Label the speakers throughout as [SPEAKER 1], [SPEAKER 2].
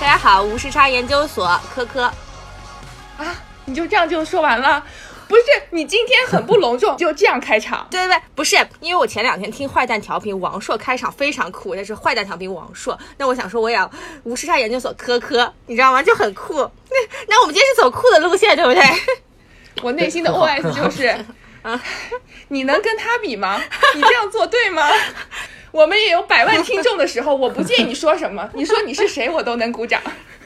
[SPEAKER 1] 大家好，无时差研究所科科，
[SPEAKER 2] 啊，你就这样就说完了？不是，你今天很不隆重，就这样开场。
[SPEAKER 1] 对对对，不是，因为我前两天听坏蛋调频王硕开场非常酷，但是坏蛋调频王硕，那我想说我也要无时差研究所科科，你知道吗？就很酷。 那那我们今天是走酷的路线，对不对？
[SPEAKER 2] 我内心的 OS 就是，
[SPEAKER 1] 啊，
[SPEAKER 2] 你能跟他比吗？你这样做对吗？我们也有百万听众的时候，我不介意你说什么，你说你是谁，我都能鼓掌。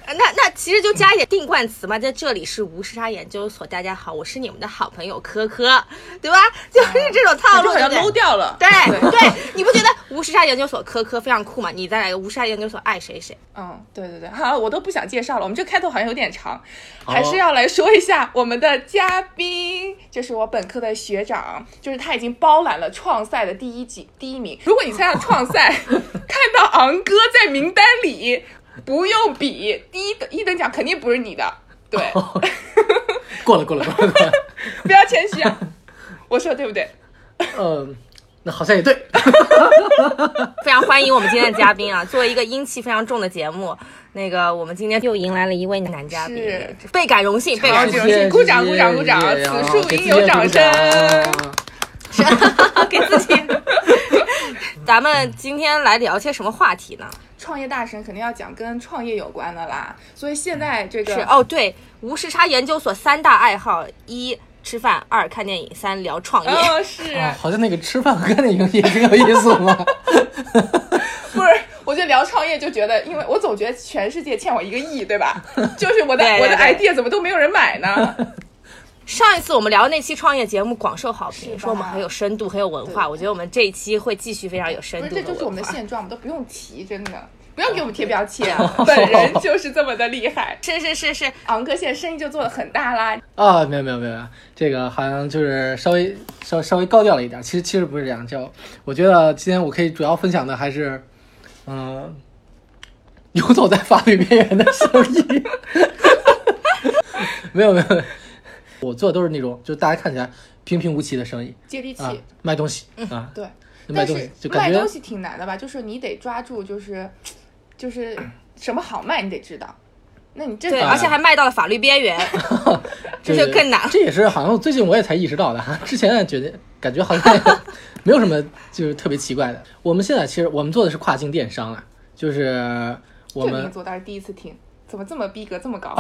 [SPEAKER 1] 那那其实就加一点定冠词嘛，在这里是无时差研究所，大家好，我是你们的好朋友科科，对吧？就是啊这种套
[SPEAKER 2] 我就
[SPEAKER 1] 路，
[SPEAKER 2] 好
[SPEAKER 1] 对
[SPEAKER 2] 像
[SPEAKER 1] 不对
[SPEAKER 2] low 掉了。
[SPEAKER 1] 对对，你不觉得无时差研究所科科非常酷吗？你再来个无时差研究所爱谁谁。
[SPEAKER 2] 嗯，对对对，好，我都不想介绍了，我们这开头好像有点长，
[SPEAKER 3] 好
[SPEAKER 2] 还是要来说一下我们的嘉宾，这是我本科的学长，就是他已经包揽了创赛的第一级第一名。如果你参加创赛，看到昂哥在名单里，不用比，第一等一等奖肯定不是你的，对，
[SPEAKER 3] 过了过了过了 过了，
[SPEAKER 2] 不要谦虚啊，我说对不对？
[SPEAKER 3] 嗯，那好像也对，
[SPEAKER 1] 非常欢迎我们今天的嘉宾啊！作为一个阴气非常重的节目，那个我们今天又迎来了一位男嘉宾
[SPEAKER 2] 是，
[SPEAKER 1] 倍感荣幸，倍感
[SPEAKER 2] 好
[SPEAKER 1] 荣
[SPEAKER 2] 久
[SPEAKER 1] 幸，
[SPEAKER 2] 谢谢鼓掌鼓掌鼓掌
[SPEAKER 3] 谢谢
[SPEAKER 2] 此处
[SPEAKER 3] 给自
[SPEAKER 2] 应
[SPEAKER 3] 己
[SPEAKER 2] 有掌声
[SPEAKER 3] 鼓 掌
[SPEAKER 1] 给自己。 咱们今天来聊些什么话题呢？
[SPEAKER 2] 创业大神肯定要讲跟创业有关的啦，所以现在这个
[SPEAKER 1] 是哦，对，无时差研究所三大爱好：一吃饭，二看电影，三聊创业。
[SPEAKER 2] 哦，是、
[SPEAKER 3] 啊，好像那个吃饭和看电影也挺有意思嘛。
[SPEAKER 2] 不是，我就聊创业就觉得，因为我总觉得全世界欠我一个亿，对 吧？就是我的
[SPEAKER 1] 对对
[SPEAKER 2] 我的
[SPEAKER 1] 对
[SPEAKER 2] idea 怎么都没有人买呢？
[SPEAKER 1] 上一次我们聊那期创业节目广受好
[SPEAKER 2] 是吧
[SPEAKER 1] 评，说我们很有深度，很有文化。
[SPEAKER 2] 对
[SPEAKER 1] 我觉得我们这一期会继续非常有深
[SPEAKER 3] 哎
[SPEAKER 2] 不是，
[SPEAKER 1] 度的
[SPEAKER 2] 这就是我们
[SPEAKER 1] 文
[SPEAKER 2] 的
[SPEAKER 1] 化。
[SPEAKER 2] 现状，我们都不用提，真
[SPEAKER 3] 哦
[SPEAKER 2] 的。不要给我们贴标签， 本 人就是这么的厉害。
[SPEAKER 1] 是是是是，
[SPEAKER 2] 昂哥现在生意就做得很大啦，
[SPEAKER 3] 啊，没有没有没有，这个好像就是稍微稍稍微高调了一点，其实其实不是这样，就我觉得今天我可以主要分享的还是，嗯、游走在法律边缘的生意， 没有没有，我做的都是那种就大家看起来平平无奇的生意
[SPEAKER 2] 接地气。
[SPEAKER 3] 啊，卖东西
[SPEAKER 2] 嗯
[SPEAKER 3] 啊，
[SPEAKER 2] 对，
[SPEAKER 3] 就
[SPEAKER 2] 但
[SPEAKER 3] 卖东西
[SPEAKER 2] 是
[SPEAKER 3] 就
[SPEAKER 2] 卖
[SPEAKER 3] 感
[SPEAKER 2] 东
[SPEAKER 3] 觉
[SPEAKER 2] 西挺难的吧？就是你得抓住，就是就是什么好卖，你得知道。那你这
[SPEAKER 1] 对，
[SPEAKER 3] 啊
[SPEAKER 1] 而且还卖到了法律边 缘，这
[SPEAKER 3] 对
[SPEAKER 1] 就更难了。
[SPEAKER 3] 这也是好像最近我也才意识到的哈，之前觉得感觉好像也 没有什么就是特别奇怪的。我们现在其实我们做的是跨境电商啊，就是我
[SPEAKER 2] 这
[SPEAKER 3] 们
[SPEAKER 2] 名字我倒是第一次听，怎么这么逼格这么 高？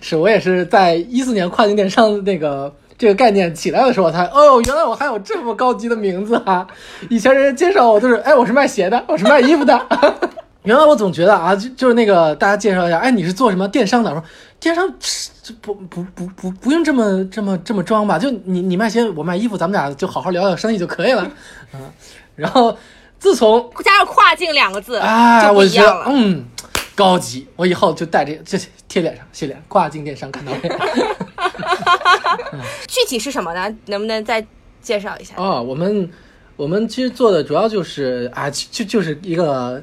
[SPEAKER 3] 是我也是在一四年跨境电商那个这个概念起来的时候，我才哦，原来我还有这么高级的名字啊！以前人家介绍我都是哎，我是卖鞋的，我是卖衣服的。 原来我总觉得啊，就就是那个大家介绍一下，哎，你是做什么电商的？我说电商是这不不不不不用这么这么这么装吧？就你你卖鞋，我卖衣服，咱们俩就好好聊聊生意就可以了。 嗯，然后自从
[SPEAKER 1] 加上“跨境”两个字，
[SPEAKER 3] 哎，
[SPEAKER 1] 就不
[SPEAKER 3] 我
[SPEAKER 1] 一
[SPEAKER 3] 觉
[SPEAKER 1] 样
[SPEAKER 3] 得
[SPEAKER 1] 了。
[SPEAKER 3] 嗯，高级，我以后就带这这贴脸上，贴脸跨境电商看到没？
[SPEAKER 1] 具体是什么呢？能不能再介绍一下？
[SPEAKER 3] 哦，我们我们其实做的主要就是啊，就就就是一个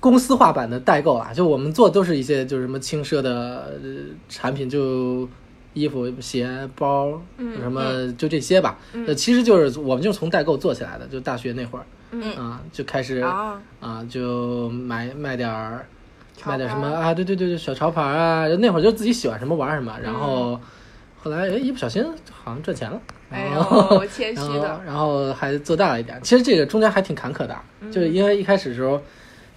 [SPEAKER 3] 公司化版的代购啊，就我们做的都是一些就是什么轻奢的、呃产品，就衣服、鞋、包，
[SPEAKER 2] 嗯
[SPEAKER 3] 什么就这些吧。那、其实就是我们就是从代购做起来的，就大学那会儿，
[SPEAKER 2] 嗯哦
[SPEAKER 3] 啊，就开始
[SPEAKER 1] 啊，
[SPEAKER 3] 啊，就买卖点儿，
[SPEAKER 2] 潮
[SPEAKER 3] 卖点什
[SPEAKER 2] 牌
[SPEAKER 3] 么
[SPEAKER 2] 儿
[SPEAKER 3] 啊？对对对对，小潮牌儿啊，那会儿就自己喜欢什么玩什么，然
[SPEAKER 2] 嗯
[SPEAKER 3] 后后来哎一不小心好像赚钱了，
[SPEAKER 2] 哎
[SPEAKER 3] 然后
[SPEAKER 2] 呦，谦虚
[SPEAKER 3] 然
[SPEAKER 2] 的
[SPEAKER 3] 后。
[SPEAKER 1] 嗯
[SPEAKER 3] 然后还做大了一点。其实这个中间还挺坎坷的，啊
[SPEAKER 1] 嗯
[SPEAKER 3] 就是因为一开始的时候，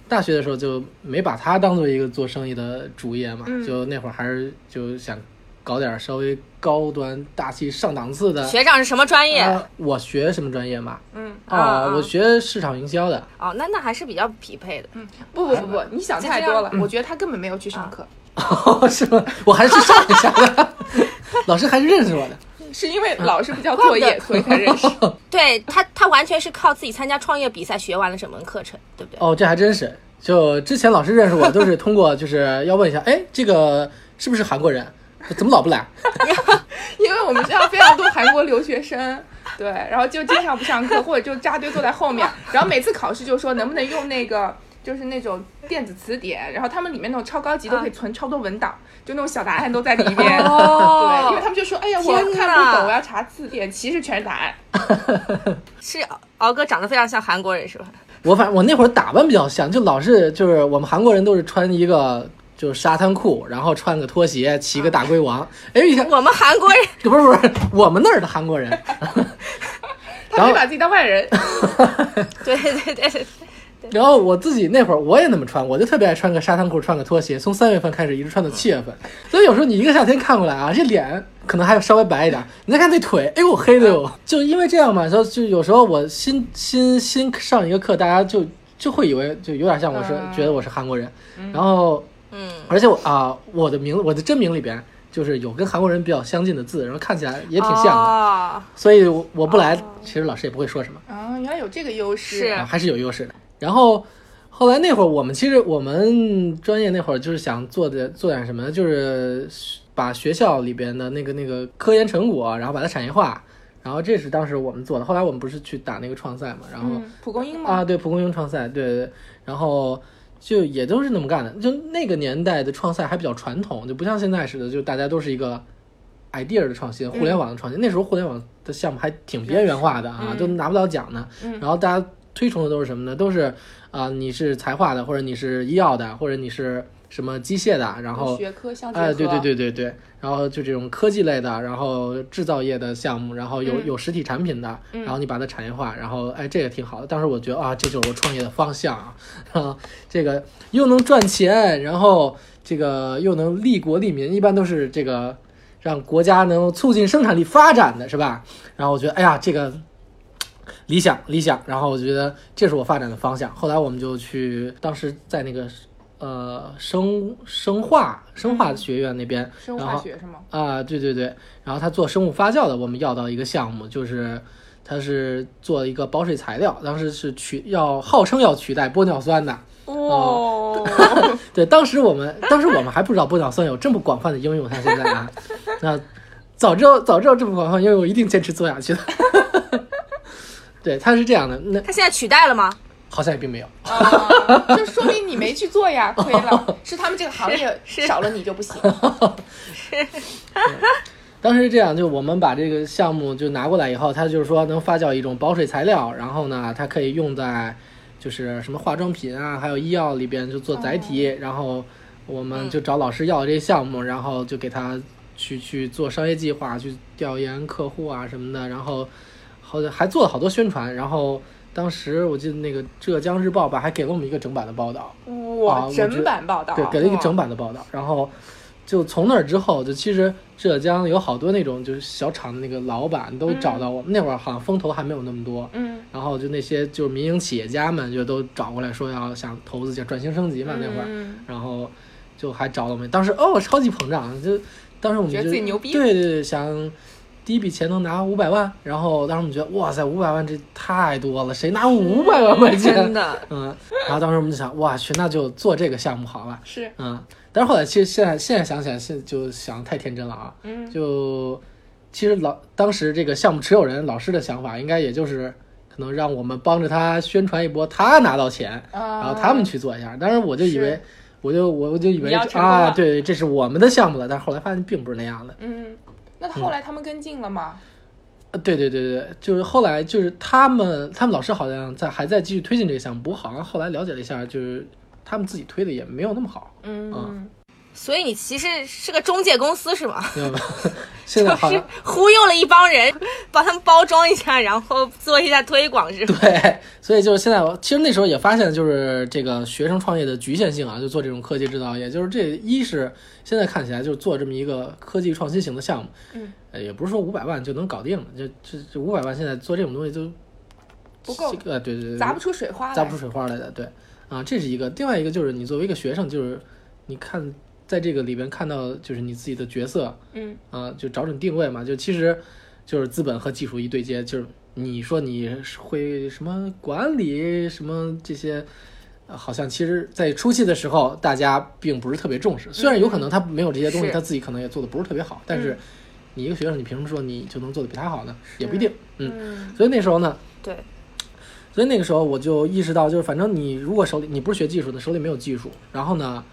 [SPEAKER 3] 大学的时候就没把它当做一个做生意的主业嘛，
[SPEAKER 2] 嗯
[SPEAKER 3] 就那会儿还是就想搞点儿稍微高端大气上档次的。
[SPEAKER 1] 学长是什么专业？
[SPEAKER 3] 啊我学什么专业嘛？
[SPEAKER 2] 嗯，
[SPEAKER 1] 啊啊
[SPEAKER 3] 我学市场营销的。
[SPEAKER 1] 哦，那那还是比较匹配的。
[SPEAKER 2] 不不不不，你想
[SPEAKER 1] 就
[SPEAKER 2] 太
[SPEAKER 1] 这
[SPEAKER 2] 多
[SPEAKER 1] 样
[SPEAKER 3] 嗯
[SPEAKER 2] 了。我觉得他根本没有去
[SPEAKER 3] 啊
[SPEAKER 2] 上课，
[SPEAKER 3] 哦，是吗？我还是去上一下的， 老师还是认识我的。
[SPEAKER 2] 是因为
[SPEAKER 3] 嗯
[SPEAKER 2] 老师不交作 业，所以才认识。
[SPEAKER 1] 对他，他完全是靠自己参加创业比赛学完了整门课程，对不对？
[SPEAKER 3] 哦，这还真是。就之前老师认识我，都是通过就是要问一下，哎，这个是不是韩国人？怎么老不来？
[SPEAKER 2] 因为我们学校非常多韩国留学生，对，然后就经常不上课，或者就扎堆坐在后面，然后每次考试就说能不能用那个。就是那种电子词典，然后他们里面那种超高级
[SPEAKER 3] 啊
[SPEAKER 2] 都可以存超多文档，就那种小答案都在里 面。对，因为他
[SPEAKER 1] 哦，
[SPEAKER 2] 们就说：“哎呀，我
[SPEAKER 1] 天哪
[SPEAKER 2] 看不懂，我要查字典。”其实全是答案。
[SPEAKER 1] 是敖哥长得非常像 韩国人是吧？
[SPEAKER 3] 我反正我那会儿打扮比较像，就老是就是我们韩国人都是穿一个就沙滩裤，然后穿个拖鞋，骑个大龟王。哎，一看
[SPEAKER 1] 我们韩国人
[SPEAKER 3] 不是不是我们那儿的韩国人， 然
[SPEAKER 2] 他
[SPEAKER 3] 后
[SPEAKER 2] 没把自己当外人，
[SPEAKER 1] 对对对对，
[SPEAKER 3] 然后我自己那会儿我也那么穿，我就特别爱穿个沙滩裤，穿个拖鞋，从三月份开始一直穿到七月份。所以有时候你一个夏天看过来啊，这脸可能还稍微白一点，你再看这腿，哎呦黑
[SPEAKER 1] 嗯
[SPEAKER 3] 的哟。就因为这样嘛，就就有时候我新新新上一个课，大家就就会以为就有点像我是、
[SPEAKER 2] 嗯
[SPEAKER 3] 觉得我是韩国人，然后
[SPEAKER 1] 嗯，
[SPEAKER 3] 而且我啊、我的名我的真名里边就是有跟韩国人比较相近的字，然后看起来也挺像的，
[SPEAKER 1] 哦
[SPEAKER 3] 所以我我不来，其实老师也不会说什么。
[SPEAKER 2] 啊，原来有这个优势
[SPEAKER 1] 是
[SPEAKER 3] 啊，还是有优势的。然后后来那会儿，我们其实我们专业那会儿就是想做的做点什么呢，就是把学校里边的那个那个科研成果，然后把它产业化。然后这是当时我们做的。后来我们不是去打那个创赛嘛，然后、
[SPEAKER 2] 嗯，蒲公英吗？
[SPEAKER 3] 啊，对，蒲公英创赛，对对对，然后。就也都是那么干的，就那个年代的创赛还比较传统，就不像现在似的，就大家都是一个 idea 的创新，互联网的创新。那时候互联网的项目还挺边缘化的啊，
[SPEAKER 2] 嗯
[SPEAKER 3] 都拿不到奖呢。
[SPEAKER 2] 嗯
[SPEAKER 3] 然后大家推崇的都是什么呢？都是啊、你是财化的，或者你是医药的，或者你是什么机械的，然后
[SPEAKER 2] 学科相结合，
[SPEAKER 3] 哎，对对，对对对，然后就这种科技类的，然后制造业的项目，然后有、
[SPEAKER 2] 嗯
[SPEAKER 3] 有实体产品的，
[SPEAKER 2] 嗯
[SPEAKER 3] 然后你把它产业化，然后哎，这个挺好的。当时我觉得啊，这就是我创业的方向啊， 然后这个又能赚钱，然后这个又能利国利民，一般都是这个让国家能促进生产力发展的是吧？然后我觉得哎呀，这个理想理想，然后我觉得这是我发展的方向。后来我们就去，当时在那个呃生生化生化学院那边
[SPEAKER 2] 生物
[SPEAKER 3] 然
[SPEAKER 2] 化
[SPEAKER 3] 后
[SPEAKER 2] 学是吗？
[SPEAKER 3] 啊、对对对，然后他做生物发酵的，我们要到一个项目，就是他是做一个保水材料，当时是取要号称要取代玻尿酸的，
[SPEAKER 1] 哦，
[SPEAKER 3] 对，当时我们当时我们还不知道 玻尿酸有这么广泛的应用，它现在啊，那早知道早知道这么广泛应用，我一定坚持做下去的。 对，它是这样的，那
[SPEAKER 1] 他现在取代了 吗？
[SPEAKER 3] 好像也并没有。
[SPEAKER 2] 啊，就说明你没去做呀，亏了，是他们这个行业少了你就不行。
[SPEAKER 3] 当时是这样，就我们把这个项目就拿过来以后，它就是说能发酵一种保水材料，然后呢，它可以用在就是什么化妆品啊，还有医药里边就做载体，然后我们就找老师要这个项目，然后就给他去去做商业计划，去调研客户啊什么的，然后好像还做了好多宣传，然后当时我记得那个浙江日报吧，还给了我们一个整版的报道。啊
[SPEAKER 2] 哇
[SPEAKER 3] 我，觉
[SPEAKER 2] 整
[SPEAKER 3] 得
[SPEAKER 2] 版报道，
[SPEAKER 3] 对，给了一个
[SPEAKER 2] 哇
[SPEAKER 3] 整版的报道。然后就从那儿之后，就其实浙江有好多那种就是小厂的那个老板都找到我们，那会儿好像风投还没有那么多。
[SPEAKER 2] 嗯，
[SPEAKER 3] 然后就那些就是民营企业家们就都找过来说要想投资想转型升级嘛那会儿，
[SPEAKER 2] 嗯
[SPEAKER 3] 然后就还找了我们，当时哦超级膨胀，就当时我们
[SPEAKER 2] 觉
[SPEAKER 3] 就
[SPEAKER 2] 得自己牛逼
[SPEAKER 3] 对对对，想第一笔钱能拿五百万，然后当时我们觉得哇塞五百万这太多了，谁拿五百万块
[SPEAKER 1] 真
[SPEAKER 3] 钱？
[SPEAKER 1] 的，
[SPEAKER 3] 嗯，然后当时我们就想，哇去那就做这个项目好了。
[SPEAKER 2] 是，
[SPEAKER 3] 嗯，但是后来其实现在现在想起来，现就想得太天真了啊！
[SPEAKER 2] 嗯，
[SPEAKER 3] 就其实老当时这个项目持有人老师的想法，应该也就是可能让我们帮着他宣传一波，他拿到钱，
[SPEAKER 2] 然
[SPEAKER 3] 然后他们去做一下。当时我就以为
[SPEAKER 2] 哦是，
[SPEAKER 3] 我就我就以为
[SPEAKER 2] 你要成功
[SPEAKER 3] 啊，
[SPEAKER 2] 了
[SPEAKER 3] 对，这是我们的项目了。但是后来发现并不是那样的。
[SPEAKER 2] 嗯，那后来他们跟进了吗？
[SPEAKER 3] 呃对对对对，就是后来就是他们他们老师好像在还在继续推进这个项目，我好像后来了解了一下，就是他们自己推的也没有那么好。
[SPEAKER 2] 嗯，
[SPEAKER 1] 所以你其实是个中介公司是吗？
[SPEAKER 3] 没有没有现在好
[SPEAKER 1] 是
[SPEAKER 3] 像
[SPEAKER 1] 忽悠了一帮人，帮他们包装一下，然后做一下推广是吧？
[SPEAKER 3] 对，所以就是现在我，其实那时候也发现，就是这个学生创业的局限性啊，就做这种科技制造业，就是这一是现在看起来就是做这么一个科技创新型的项目，
[SPEAKER 2] 嗯
[SPEAKER 3] 呃，也不是说五百万就能搞定的，就这这五百万现在做这种东西就
[SPEAKER 2] 不够
[SPEAKER 3] 这个对对对，
[SPEAKER 2] 砸不出水花来，
[SPEAKER 3] 砸不出水花来的，对啊，这是一个，另外一个就是你作为一个学生，就是你看在这个里边看到就是你自己的角色，
[SPEAKER 2] 嗯，
[SPEAKER 3] 啊，就找准定位嘛，就其实就是资本和技术一对接，就是你说你是会什么管理什么这些，呃好像其实在初期的时候大家并不是特别重视，虽然有可
[SPEAKER 2] 嗯
[SPEAKER 3] 能他没有这些东西，
[SPEAKER 1] 是
[SPEAKER 3] 他自己可能也做的不是特别好，但是你一个学生，你凭什么说你就能做的比他好呢？也不一定，嗯，
[SPEAKER 2] 嗯，
[SPEAKER 3] 所以那时候呢，
[SPEAKER 1] 对，
[SPEAKER 3] 所以那个时候我就意识到，就是反正你如果手里你不是学技术的，手里没有技术，然后呢，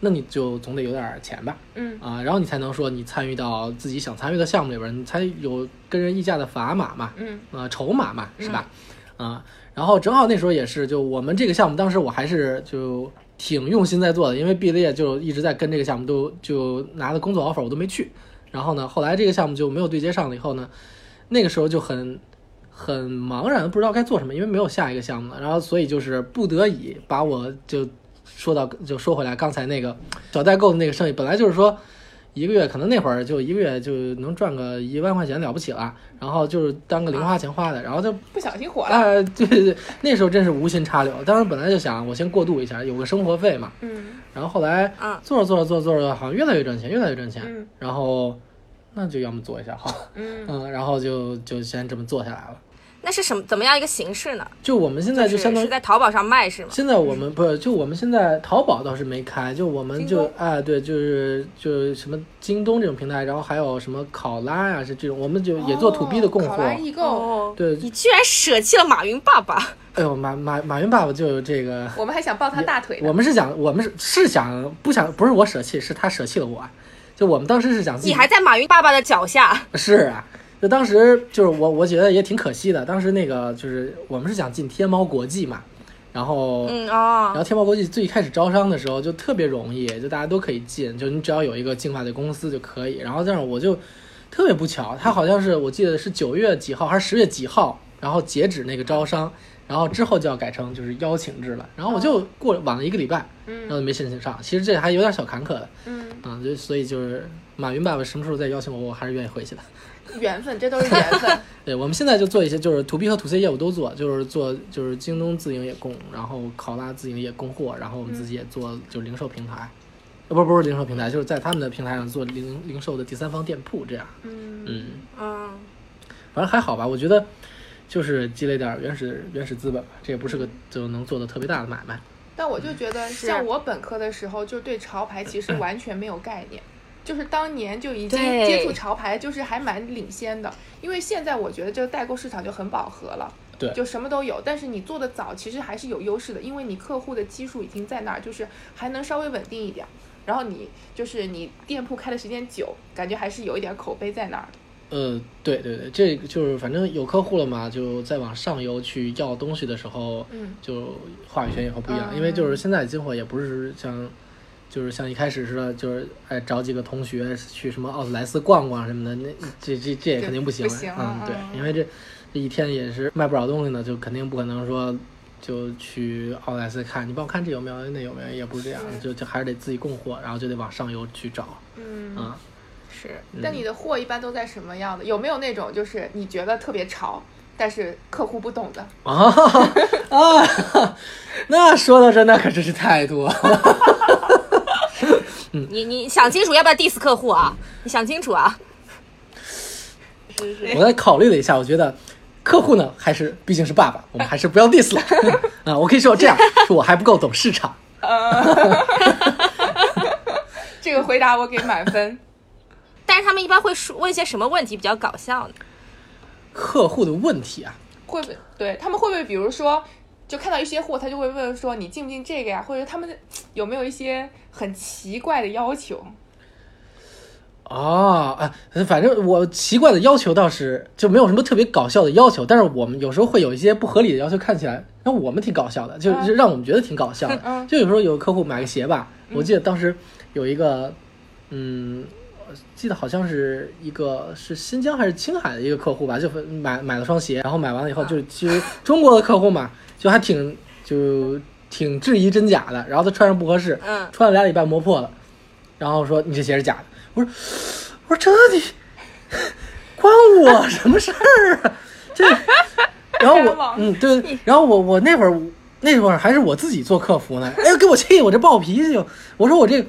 [SPEAKER 3] 那你就总得有点钱吧，
[SPEAKER 2] 嗯
[SPEAKER 3] 啊，然后你才能说你参与到自己想参与的项目里边儿，你才有跟人议价的砝码嘛，
[SPEAKER 2] 嗯
[SPEAKER 3] 呃，筹码嘛，是吧？啊。然后正好那时候也是，就我们这个项目，当时我还是就挺用心在做的，因为毕了业就一直在跟这个项目都就拿了工作 offer，我都没去。然后呢，后来这个项目就没有对接上了，以后呢，那个时候就很很茫然，不知道该做什么，因为没有下一个项目了。然后所以就是不得已把我就说到就说回来刚才那个小代购的那个生意，本来就是说。一个月可能那会儿就一个月就能赚个一万块钱了不起了，然后就是当个零花钱花的，然后就
[SPEAKER 2] 不小心火了。
[SPEAKER 3] 啊，对对对，那时候真是无心插柳。当时本来就想我先过渡一下，有个生活费嘛。
[SPEAKER 2] 嗯
[SPEAKER 3] 然后后来
[SPEAKER 1] 啊，
[SPEAKER 3] 做着做着做着做着，好像越来越赚钱，越来越赚钱。
[SPEAKER 2] 嗯
[SPEAKER 3] 然后那就要么做一下好，
[SPEAKER 2] 嗯，
[SPEAKER 3] 嗯，然后就就先这么做下来了。
[SPEAKER 1] 那是什么怎么样一个形式呢？
[SPEAKER 3] 就我们现在
[SPEAKER 1] 是
[SPEAKER 3] 就相当
[SPEAKER 1] 是
[SPEAKER 3] 于。
[SPEAKER 1] 在淘宝上卖是吗？
[SPEAKER 3] 现在我们不是，就我们现在淘宝倒是没开，就我们
[SPEAKER 2] 京
[SPEAKER 3] 就
[SPEAKER 2] 东
[SPEAKER 3] 啊，对，就是就是什么京东这种平台，然后还有什么考拉呀、是这种，我们就也做 to B 的供货
[SPEAKER 2] 哦考，拉易购，
[SPEAKER 1] 哦，
[SPEAKER 3] 对，
[SPEAKER 1] 你居然舍弃了马云爸爸，
[SPEAKER 3] 哎呦，马马马云爸爸就有这个
[SPEAKER 2] 我们还想抱他大腿呢
[SPEAKER 3] 我。们是想，我们是是想不想不是我舍弃，是他舍弃了我。啊就我们当时是想自己
[SPEAKER 1] 你还在马云爸爸的脚下，
[SPEAKER 3] 是啊，就当时就是我我觉得也挺可惜的。当时那个就是我们是想进天猫国际嘛，然后、
[SPEAKER 1] 嗯
[SPEAKER 3] 然
[SPEAKER 1] 哦，
[SPEAKER 3] 后天猫国际最开始招商的时候就特别容易，就大家都可以进，就你只要有一个境外的公司就可以。然后这样我就特别不巧，他好像是我记得是九月几号还是十月几号，然后截止那个招商，然后之后就要改成就是邀请制了。然后我就过晚了一个礼拜。然
[SPEAKER 2] 嗯
[SPEAKER 3] 后没申请上。其实这还有点小坎坷的
[SPEAKER 2] 嗯，
[SPEAKER 3] 啊，就所以就是马云爸爸什么时候再邀请我，我还是愿意回去的。
[SPEAKER 2] 缘分，这都是缘分。
[SPEAKER 3] 对，我们现在就做一些就是 to B 和 to C 业务都做，就是做就是京东自营也供，然后考拉自营也供货，然后我们自己也做就是零售平台，呃不不是零售平台，就是在他们的平台上做零零售的第三方店铺这样。
[SPEAKER 2] 嗯，
[SPEAKER 3] 嗯，
[SPEAKER 1] 嗯，
[SPEAKER 3] 反正还好吧，我觉得就是积累点原始原始资本吧，这也不是个就能做的特别大的买卖。
[SPEAKER 2] 但我就觉得，
[SPEAKER 1] 是嗯
[SPEAKER 2] 像我本科的时候，就对潮牌其实完全没有概念。就是当年就已经
[SPEAKER 1] 对
[SPEAKER 2] 接触潮牌，就是还蛮领先的，因为现在我觉得这个代购市场就很饱和了，
[SPEAKER 3] 对
[SPEAKER 2] 就什么都有。但是你做的早，其实还是有优势的，因为你客户的基数已经在那儿，就是还能稍微稳定一点。然后你就是你店铺开的时间久，感觉还是有一点口碑在那儿的。
[SPEAKER 3] 呃，对对对，这个就是反正有客户了嘛，就再往上游去要东西的时候，
[SPEAKER 2] 嗯，啊
[SPEAKER 3] 就话语权也会不一样，因为就是现在进货也不是像，就是像一开始似的，就是哎找几个同学去什么奥特莱斯逛逛什么的，那这这这也肯定不行
[SPEAKER 2] 不行
[SPEAKER 3] 嗯
[SPEAKER 2] 嗯，
[SPEAKER 3] 对，
[SPEAKER 2] 嗯
[SPEAKER 3] 因为这这一天也是卖不少东西呢，就肯定不可能说。就去奥特莱斯看，你帮我看这有没有，那有没有，也不是这样，
[SPEAKER 2] 是
[SPEAKER 3] 就就还是得自己供货，然后就得往上游去找
[SPEAKER 2] 嗯
[SPEAKER 3] 啊。
[SPEAKER 1] 是
[SPEAKER 3] 嗯
[SPEAKER 2] 但你的货一般都在什么样的？有没有那种就是你觉得特别潮，但是客户不懂的？
[SPEAKER 3] 啊啊！那说到这，那可真是啊太多了。嗯
[SPEAKER 1] 你你想清楚要不要 diss 客户啊？你想清楚啊，
[SPEAKER 2] 是是
[SPEAKER 3] 我再考虑了一下，我觉得客户呢，还是毕竟是 爸爸，我们还是不要 diss 了啊。我可以说这样，说我还不够懂市场。
[SPEAKER 2] 这个回答我给满分。
[SPEAKER 1] 但是他们一般会说问一些什么问题比较搞笑 呢？
[SPEAKER 3] 客户的问题啊，
[SPEAKER 2] 会不会对他们会不会比如说，就看到一些货，他就会问说你进不进这个呀？或者他们有没有一些很奇怪的要求？
[SPEAKER 3] 哦，啊，反正我奇怪的要求倒是就没有什么特别搞笑的要求，但是我们有时候会有一些不合理的要求，看起来让我们挺搞笑的，就
[SPEAKER 2] 嗯
[SPEAKER 3] 就让我们觉得挺搞笑的
[SPEAKER 2] 嗯。
[SPEAKER 3] 就有时候有客户买个鞋吧，我记得当时有一个，嗯，我记得好像是一个是新疆还是青海的一个客户吧，就买买了双鞋，然后买完了以后就其实中国的客户嘛，就还挺就挺质疑真假的，然后他穿上不合适，
[SPEAKER 1] 嗯，
[SPEAKER 3] 穿了俩礼拜磨破了，然后说你这鞋是假的。我说我说这你关我 什么事儿啊？这，然后
[SPEAKER 2] 冤
[SPEAKER 3] 我
[SPEAKER 2] 枉
[SPEAKER 3] 嗯对，然后我我那会儿那会儿还是我自己做客服呢，哎呦给我气我这暴脾气，我说我这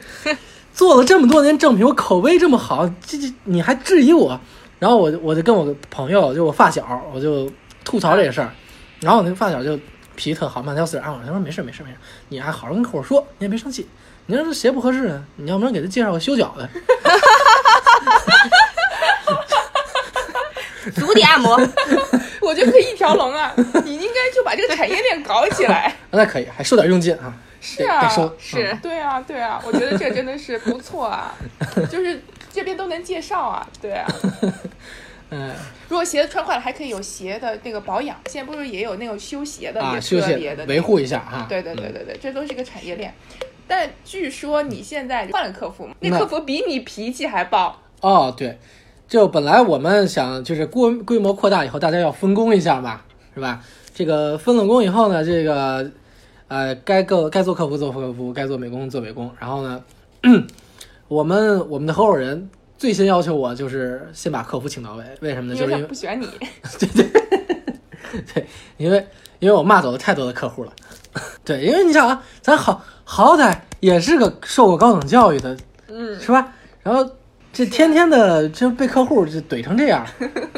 [SPEAKER 3] 做了这么多年正品，我口碑这么好，这这你还质疑我？然后我就我就跟我朋友，就我发小，我就吐槽这个事儿，然后我那个发小就脾气特好，慢条斯理啊安慰我，他说没事没事没事，你还好好跟客户说，你也别生气。你要是鞋不合适呢，你要不然给他介绍个修脚的，啊
[SPEAKER 1] 足底按摩，
[SPEAKER 2] 我觉得可以一条龙 啊！你应该就把这个产业链搞起来。
[SPEAKER 3] 那可以，还收点佣金啊，
[SPEAKER 2] 是
[SPEAKER 3] 得
[SPEAKER 2] 啊
[SPEAKER 3] 得，嗯收
[SPEAKER 1] 是
[SPEAKER 2] 对啊，对啊，我觉得 这真的是不错啊，就是这边都能介绍啊，对啊，
[SPEAKER 3] 嗯，
[SPEAKER 2] 如果鞋子穿坏了，还可以有鞋的那个保养，现在不是也有那种修鞋的，
[SPEAKER 3] 啊，
[SPEAKER 2] 也
[SPEAKER 3] 休
[SPEAKER 2] 特
[SPEAKER 3] 息
[SPEAKER 2] 别的那
[SPEAKER 3] 维
[SPEAKER 2] 个
[SPEAKER 3] 护一下哈。
[SPEAKER 2] 对对对
[SPEAKER 3] 嗯，
[SPEAKER 2] 对对，这都是一个产业链。但据说你现在换了客服嘛，那
[SPEAKER 3] 那
[SPEAKER 2] 客服比你脾气还暴，
[SPEAKER 3] 哦对，就本来我们想就是规规模扩大以后，大家要分工一下嘛，是吧？这个分了工以后呢，这个呃该够该做客服做客服，该做美工做美工，然后呢， 我们我们的合伙人。最先要求我就是先把客服请到位，为什么呢？
[SPEAKER 2] 因
[SPEAKER 3] 就是
[SPEAKER 2] 为
[SPEAKER 3] 因
[SPEAKER 2] 他
[SPEAKER 3] 为
[SPEAKER 2] 不喜欢你。
[SPEAKER 3] 对，因为因为我骂走了太多的客户了。对，因为你想啊，咱好好歹也是个受过高等教育的，
[SPEAKER 2] 嗯，
[SPEAKER 3] 是吧？然后这天天的就被客户就怼成这 样，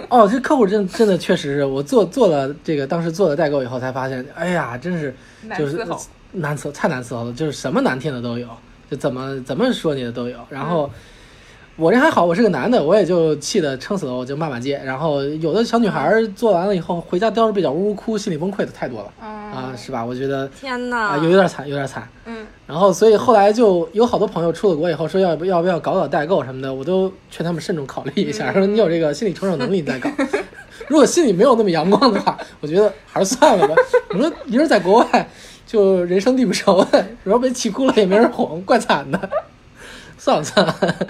[SPEAKER 3] 哦，这客户真真的确实是我做做了这个当时做了代购以后才发现，哎呀，真是
[SPEAKER 2] 难
[SPEAKER 3] 就是
[SPEAKER 2] 伺候。
[SPEAKER 3] 难伺太难伺候了，就是什么难听的都有，就怎么怎么说你的都有。然
[SPEAKER 2] 嗯
[SPEAKER 3] 后、我这还好，我是个男的，我也就气得撑死了，我就骂骂街。然后有的小女孩儿做完了以后回家叼着被角呜呜哭，心理崩溃的太多了 啊、
[SPEAKER 2] 啊，
[SPEAKER 3] 是吧？我觉得
[SPEAKER 1] 天哪，
[SPEAKER 3] 啊、有有点惨，有点惨。
[SPEAKER 2] 嗯，
[SPEAKER 3] 然后所以后来就有好多朋友出了国以后说要不 要不要搞搞代购什么的，我都劝他们慎重考虑一下，
[SPEAKER 1] 嗯
[SPEAKER 3] 说你有这个心理承受能力 你再搞。如果心里没有那么阳光的话， 我觉得还是算了吧。 你说一人在国外就人生地不熟的，然后被气哭了也没人哄，怪惨的。 算了算了，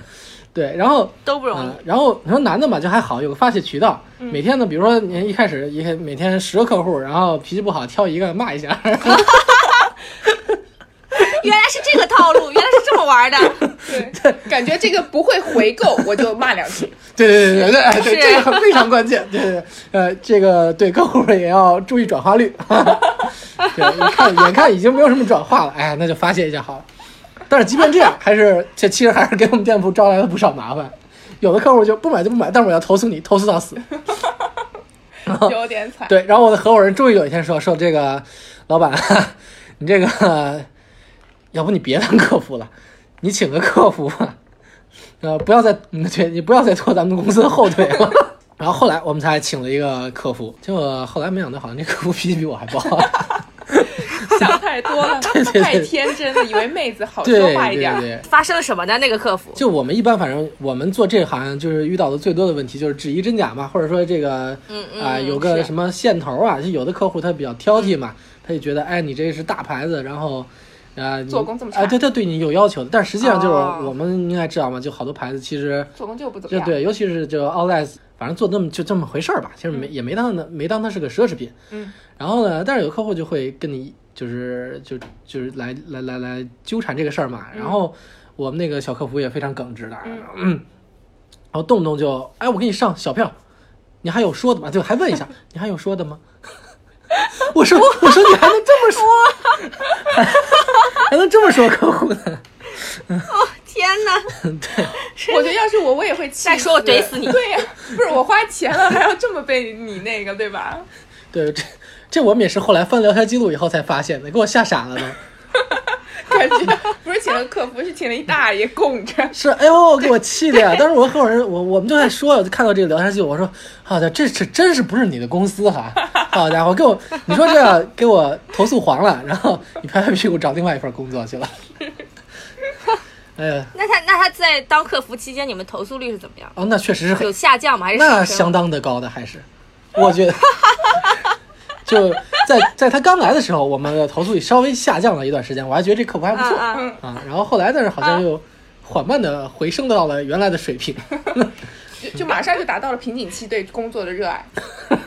[SPEAKER 3] 对，然后
[SPEAKER 1] 都不容易嗯
[SPEAKER 3] 嗯，。然后你说男的嘛，就还好，有个发泄渠道。每天呢，比如说你一开始一开每天十个客户，然后脾气不好挑一个骂一下，
[SPEAKER 1] 原来是这个套路，原来是这么玩的。
[SPEAKER 2] 对，感觉这个不会回购，我就骂两 句。
[SPEAKER 3] 对对对对对哎对，
[SPEAKER 1] 是
[SPEAKER 3] 这个非常关键。对对，对呃，这个对客户也要注意转化率。 对，你看眼看已经没有什么转化了，哎，那就发泄一下好了。但是即便这样，还是这其实还是给我们店铺招来了不少麻烦。有的客户就不买就不买，但是我要投诉你，投诉到死。
[SPEAKER 2] 有点惨。
[SPEAKER 3] 对，然后我的合伙人终于有一天说说这个老板， 你这个要不你别当客服了，你请个客服吧，呃，不要再嗯对你不要再拖咱们公司的后腿了。 然后后来我们才请了一个客服，结果后来没想到，好像这客服脾气比我还暴。
[SPEAKER 2] 想太多了，
[SPEAKER 3] 对对对
[SPEAKER 2] 太天真了，以为妹子好
[SPEAKER 3] 对
[SPEAKER 2] 说话
[SPEAKER 3] 对
[SPEAKER 2] 一点。
[SPEAKER 3] 对，
[SPEAKER 1] 发生了什么呢？那个客服
[SPEAKER 3] 就我们一般，反正我们做这行就是遇到的最多的问题就是质疑真假嘛，或者说这个，
[SPEAKER 1] 嗯嗯
[SPEAKER 3] 啊、有
[SPEAKER 1] 是
[SPEAKER 3] 个什么线头啊，就有的客户他比较挑剔嘛，他就觉得，哎，你这是大牌子，然后，啊、你
[SPEAKER 2] 做工这么
[SPEAKER 3] 啊、
[SPEAKER 2] 差
[SPEAKER 3] 对对对，你有要求的，但实际上就是
[SPEAKER 1] 哦
[SPEAKER 3] 我们应该知道嘛，就好多牌子其实
[SPEAKER 2] 做工就不怎么
[SPEAKER 3] 就
[SPEAKER 2] 样。
[SPEAKER 3] 对，尤其是就 Outlet，反正做那么就这么回事儿吧，其实没、也没当它没当它是个奢侈品。
[SPEAKER 2] 嗯。
[SPEAKER 3] 然后呢，但是有客户就会跟你就是就就是来来来来纠缠这个事儿嘛。然后我们那个小客服也非常耿直的，
[SPEAKER 2] 嗯
[SPEAKER 3] 然后动不动就哎我给你上小票，你还有说的吗？就还问一下你还有说的吗？ 我说我说你还能这么说， 还能这么说客户呢？
[SPEAKER 1] 天哪！
[SPEAKER 2] 我觉得要是我，我也会气死。
[SPEAKER 1] 再说我怼死你
[SPEAKER 2] 对呀、不是我花钱了，还要这么被你那个，对吧？
[SPEAKER 3] 对，这这我们也是后来翻聊天记录以后才发现的，给我吓傻了都。
[SPEAKER 2] 感觉不是请了客服，是请了一大爷供着。
[SPEAKER 3] 是，哎呦，给我气的呀！当时我和我人，我我们就在说，就看到这个聊天记录，我说，好的，这是真是不是你的公司哈、好家伙，给我，你说这样给我投诉黄了，然后你拍拍屁股找另外一份工作去了。哎呀，
[SPEAKER 1] 那他那他在当客服期间，你们投诉率是怎么样？
[SPEAKER 3] 哦，那确实是很
[SPEAKER 1] 有下降吗？还是
[SPEAKER 3] 那
[SPEAKER 1] 上
[SPEAKER 3] 相
[SPEAKER 1] 升？
[SPEAKER 3] 当的高的，还是，我觉得，就在在他刚来的时候，我们的投诉率稍微下降了一段时间，我还觉得这客服还不错
[SPEAKER 1] 啊
[SPEAKER 2] 嗯
[SPEAKER 3] 啊。然后后来，但是好像又缓慢的回升到了原来的水 平。
[SPEAKER 2] 就就马上就达到了瓶颈期对工作的热爱。
[SPEAKER 1] 啊，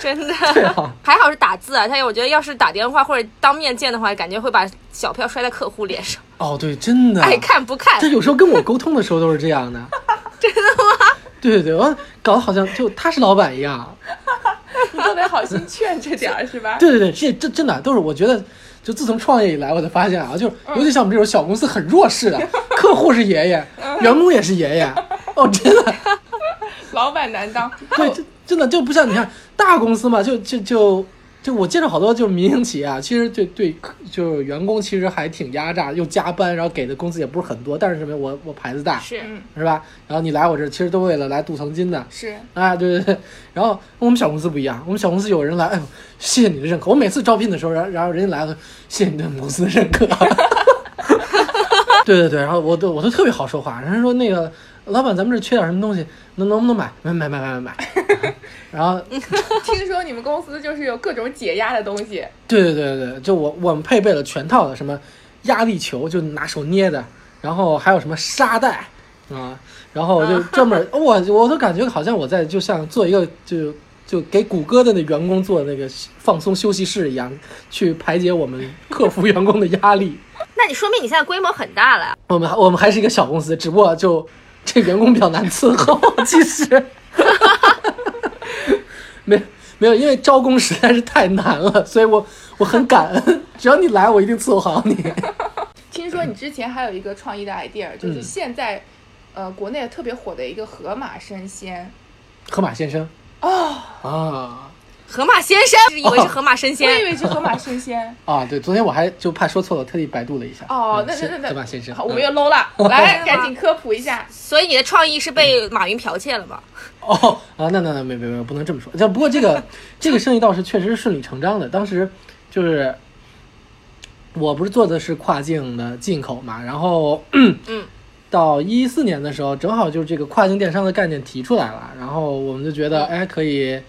[SPEAKER 1] 真的
[SPEAKER 3] 对啊，
[SPEAKER 1] 还好是打字啊。他我觉得要是打电话或者当面见的话，感觉会把小票摔在客户脸上，
[SPEAKER 3] 哦， 对，真的，
[SPEAKER 1] 爱看不看
[SPEAKER 3] 他。有时候跟我沟通的时候都是这样的。 真的吗？嗯对对对，我搞得好像就他是老板一样。
[SPEAKER 2] 你都得好心劝着点 儿，是吧？
[SPEAKER 3] 对对对，这这真的都是我觉得，就自从创业以来，我才发现啊，就是尤其像我们这种小公司很弱势 的，客户是爷爷，员工也是爷爷。哦，真的，
[SPEAKER 2] 老板难当。
[SPEAKER 3] 对，这真的就不像你看大公司嘛，就就就就我接触好多就是民营企业啊，其实对对就是员工其实还挺压榨，又加班，然后给的工资也不是很多，但是什么呀我我牌子大，
[SPEAKER 1] 是，
[SPEAKER 2] 嗯，
[SPEAKER 3] 是吧？然后你来我这儿其实都为了来镀层金的，
[SPEAKER 2] 是
[SPEAKER 3] 啊，对对对。然后我们小公司不一样，我们小公司有人来，哎呦，谢谢你的认可。我每次招聘的时候，然后然后人家来了，谢谢你对我们公司的认可。 对对对，然后我都我都特别好说话，人家说那个老板，咱们这缺点什么东西，能能不能买？买买买买买 买。然后
[SPEAKER 2] 听说你们公司就是有各种解压的东西，
[SPEAKER 3] 对对对对，对就我我们配备了全套的什么压力球，就拿手捏的，然后还有什么沙袋啊，然后就专门我我都感觉好像我在就像做一个就就给谷歌的那员工做那个放松休息室一样，去排解我们客服员工的压力。
[SPEAKER 1] 那你说明你现在规模很大了。
[SPEAKER 3] 我们还我们还是一个小公司，只不过就这员工比较难伺 候，其实， 没没有，因为招工实在是太难了，所以我我很感恩，只要你来，我一定伺候好你。
[SPEAKER 2] 听说你之前还有一个创意的 idea，就是现在，呃，国内特别火的一个河马生鲜
[SPEAKER 3] 河马先生
[SPEAKER 2] 哦，
[SPEAKER 3] 啊
[SPEAKER 1] 河马先生，以为是河马神
[SPEAKER 2] 我以
[SPEAKER 1] 仙，
[SPEAKER 2] 为是河马生鲜
[SPEAKER 3] 啊，对，昨天我还就怕说错了，特地百度了一下。
[SPEAKER 2] 哦
[SPEAKER 3] 嗯，
[SPEAKER 2] 那那
[SPEAKER 3] 是
[SPEAKER 2] 那那
[SPEAKER 3] 河马先生，
[SPEAKER 2] 好，我们
[SPEAKER 3] 嗯
[SPEAKER 2] 又 low 了，来
[SPEAKER 1] 嗯
[SPEAKER 2] 赶紧科普一下，
[SPEAKER 1] 所以你的创意是被马云剽窃了吧？
[SPEAKER 3] 哦啊，那那那没没没，不能这么说。就不过这个这个生意倒是确实是顺理成章的。当时就是我不是做的是跨境的进口嘛，然后
[SPEAKER 1] 嗯，
[SPEAKER 3] 到一四年的时候，正好就是这个跨境电商的概念提出来了，然后我们就觉
[SPEAKER 1] 嗯
[SPEAKER 3] 得哎可以，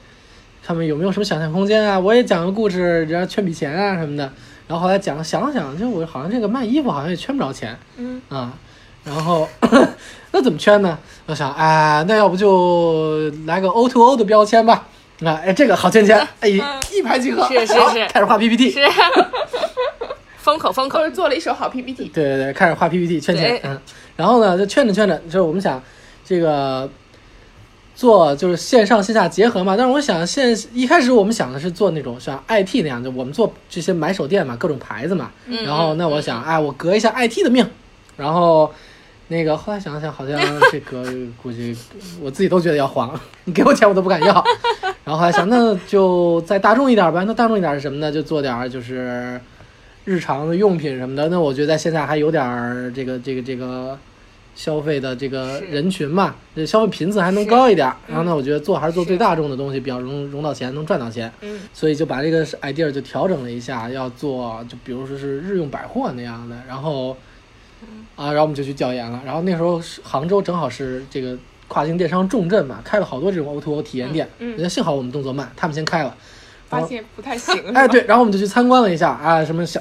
[SPEAKER 3] 他们有没有什么想象空间啊？我也讲个故事，然后圈笔钱啊什么的。然后后来讲想了想，就我好像这个卖衣服好像也圈不着钱，
[SPEAKER 2] 嗯
[SPEAKER 3] 啊，然后嗯那怎么圈呢？我想，哎，那要不就来个 O to O 的标签吧。啊，哎，这个好圈圈，哎，一拍即合，
[SPEAKER 1] 嗯是是
[SPEAKER 3] 好
[SPEAKER 1] 是
[SPEAKER 3] 开始画 PPT，
[SPEAKER 1] 是，风口风口
[SPEAKER 2] 或，者做了一手好 PPT，
[SPEAKER 3] 对对对，开始画 PPT 圈圈
[SPEAKER 1] 对，
[SPEAKER 3] 嗯，然后呢，就圈着圈着，就是我们想这个做就是线上线下结合嘛。但是我想现一开始我们想的是做那种像 IT 那样，就我们做这些买手店嘛，各种牌子嘛。
[SPEAKER 1] 嗯
[SPEAKER 3] 然后那我想，哎，我革一下 IT 的命，然后。那个后来想了想，好像这个估计我自己都觉得要黄，你给我钱我都不敢要。然后后来想，那就再大众一点吧。那大众一点是什么呢？就做点儿就是日常的用品什么的，那我觉得在线下还有点儿这个这个这个消费的这个
[SPEAKER 2] 是
[SPEAKER 3] 人群嘛，这消费频次还能
[SPEAKER 2] 是嗯
[SPEAKER 3] 高一点儿。然后呢，我觉得做还是做
[SPEAKER 2] 是
[SPEAKER 3] 最大众的东西比较容融到钱，能赚到钱。
[SPEAKER 2] 嗯，
[SPEAKER 3] 所以就把这个 idea 就调整了一下，要做就比如说是日用百货那样的，然后
[SPEAKER 2] 嗯
[SPEAKER 3] 啊，然后我们就去调研了。然后那时候是杭州正好是这个跨境电商重镇嘛，开了好多这种 O2O 体验店。
[SPEAKER 2] 嗯嗯
[SPEAKER 3] 人家幸好我们动作慢，他们先开了。
[SPEAKER 2] 发现不太 行，是吧
[SPEAKER 3] 哎，，对，然后我们就去参观了一下啊，什么下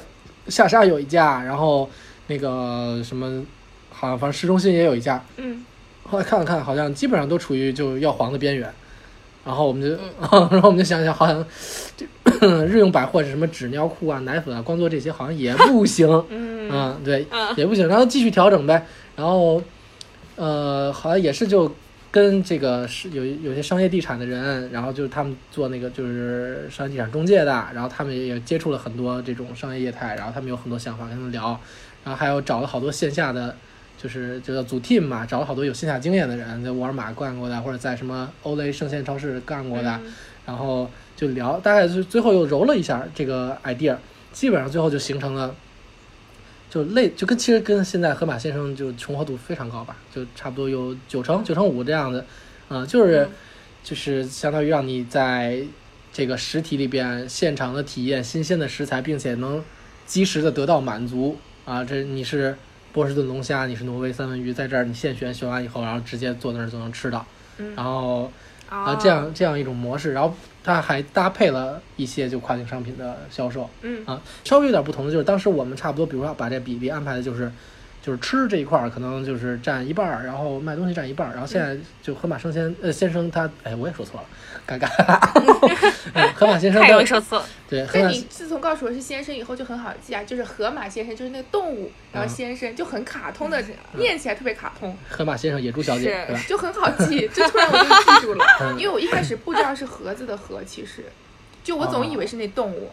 [SPEAKER 3] 下沙有一家，然后那个什么，好像反正市中心也有一家。
[SPEAKER 2] 嗯，
[SPEAKER 3] 后来看了看，好像基本上都处于就要黄的边缘。然后我们就，
[SPEAKER 2] 嗯
[SPEAKER 3] 然后我们就想想，好像这 日用百货是什么纸尿裤啊、奶粉啊，光做这些好像也不行。
[SPEAKER 2] 嗯
[SPEAKER 3] 嗯，对，
[SPEAKER 1] 嗯
[SPEAKER 3] 也不行，然后继续调整呗。然后，呃，好像也是就跟这个是有有些商业地产的人，然后就是他们做那个就是商业地产中介的，然后他们也接触了很多这种商业业态，然后他们有很多想法跟他们聊，然后还有找了好多线下的。就是就叫组 team 嘛，找了好多有线下经验的人，在沃尔玛干过的，或者在什么欧莱生鲜超市干过的，然后就聊，大概是最后又揉了一下这个 idea，基本上最后就形成了，就类就跟其实跟现在河马先生就重合度非常高吧，就差不多有九成九成五这样的，啊、就是、
[SPEAKER 1] 嗯
[SPEAKER 3] 就是相当于让你在这个实体里边现场的体验新鲜的食材，并且能及时的得到满足啊，这你是。波士顿龙虾，你是挪威三文鱼，在这儿你现选，选完以后，然后直接坐那儿就能吃到。
[SPEAKER 2] 嗯
[SPEAKER 3] 然后啊，
[SPEAKER 1] 啊
[SPEAKER 3] 这样这样一种模式，然后它还搭配了一些就跨境商品的销售
[SPEAKER 2] 嗯
[SPEAKER 3] 啊，稍微有点不同的就是当时我们差不多，比如说把这比例安排的就是。就是吃这一块儿可能就是占一半儿，然后卖东西占一半儿，然后现在就河马生鲜呃先生他哎我也说错了，尴尬，嗯河马先生
[SPEAKER 1] 太容易
[SPEAKER 3] 他
[SPEAKER 1] 受刺了。
[SPEAKER 3] 对河
[SPEAKER 2] 但
[SPEAKER 3] 马
[SPEAKER 2] 你自从告诉我是先生以后就很好记啊，就是河马先生，就是那个动物，然后
[SPEAKER 3] 嗯
[SPEAKER 2] 先生就很卡通的，念起来特别卡通，
[SPEAKER 3] 河马先生野猪小姐
[SPEAKER 1] 是
[SPEAKER 3] 对吧？
[SPEAKER 2] 就很好记，就突然我就记住了，
[SPEAKER 3] 嗯
[SPEAKER 2] 因为我一开始不知道是盒子的盒，其实，就我总以为是那动物，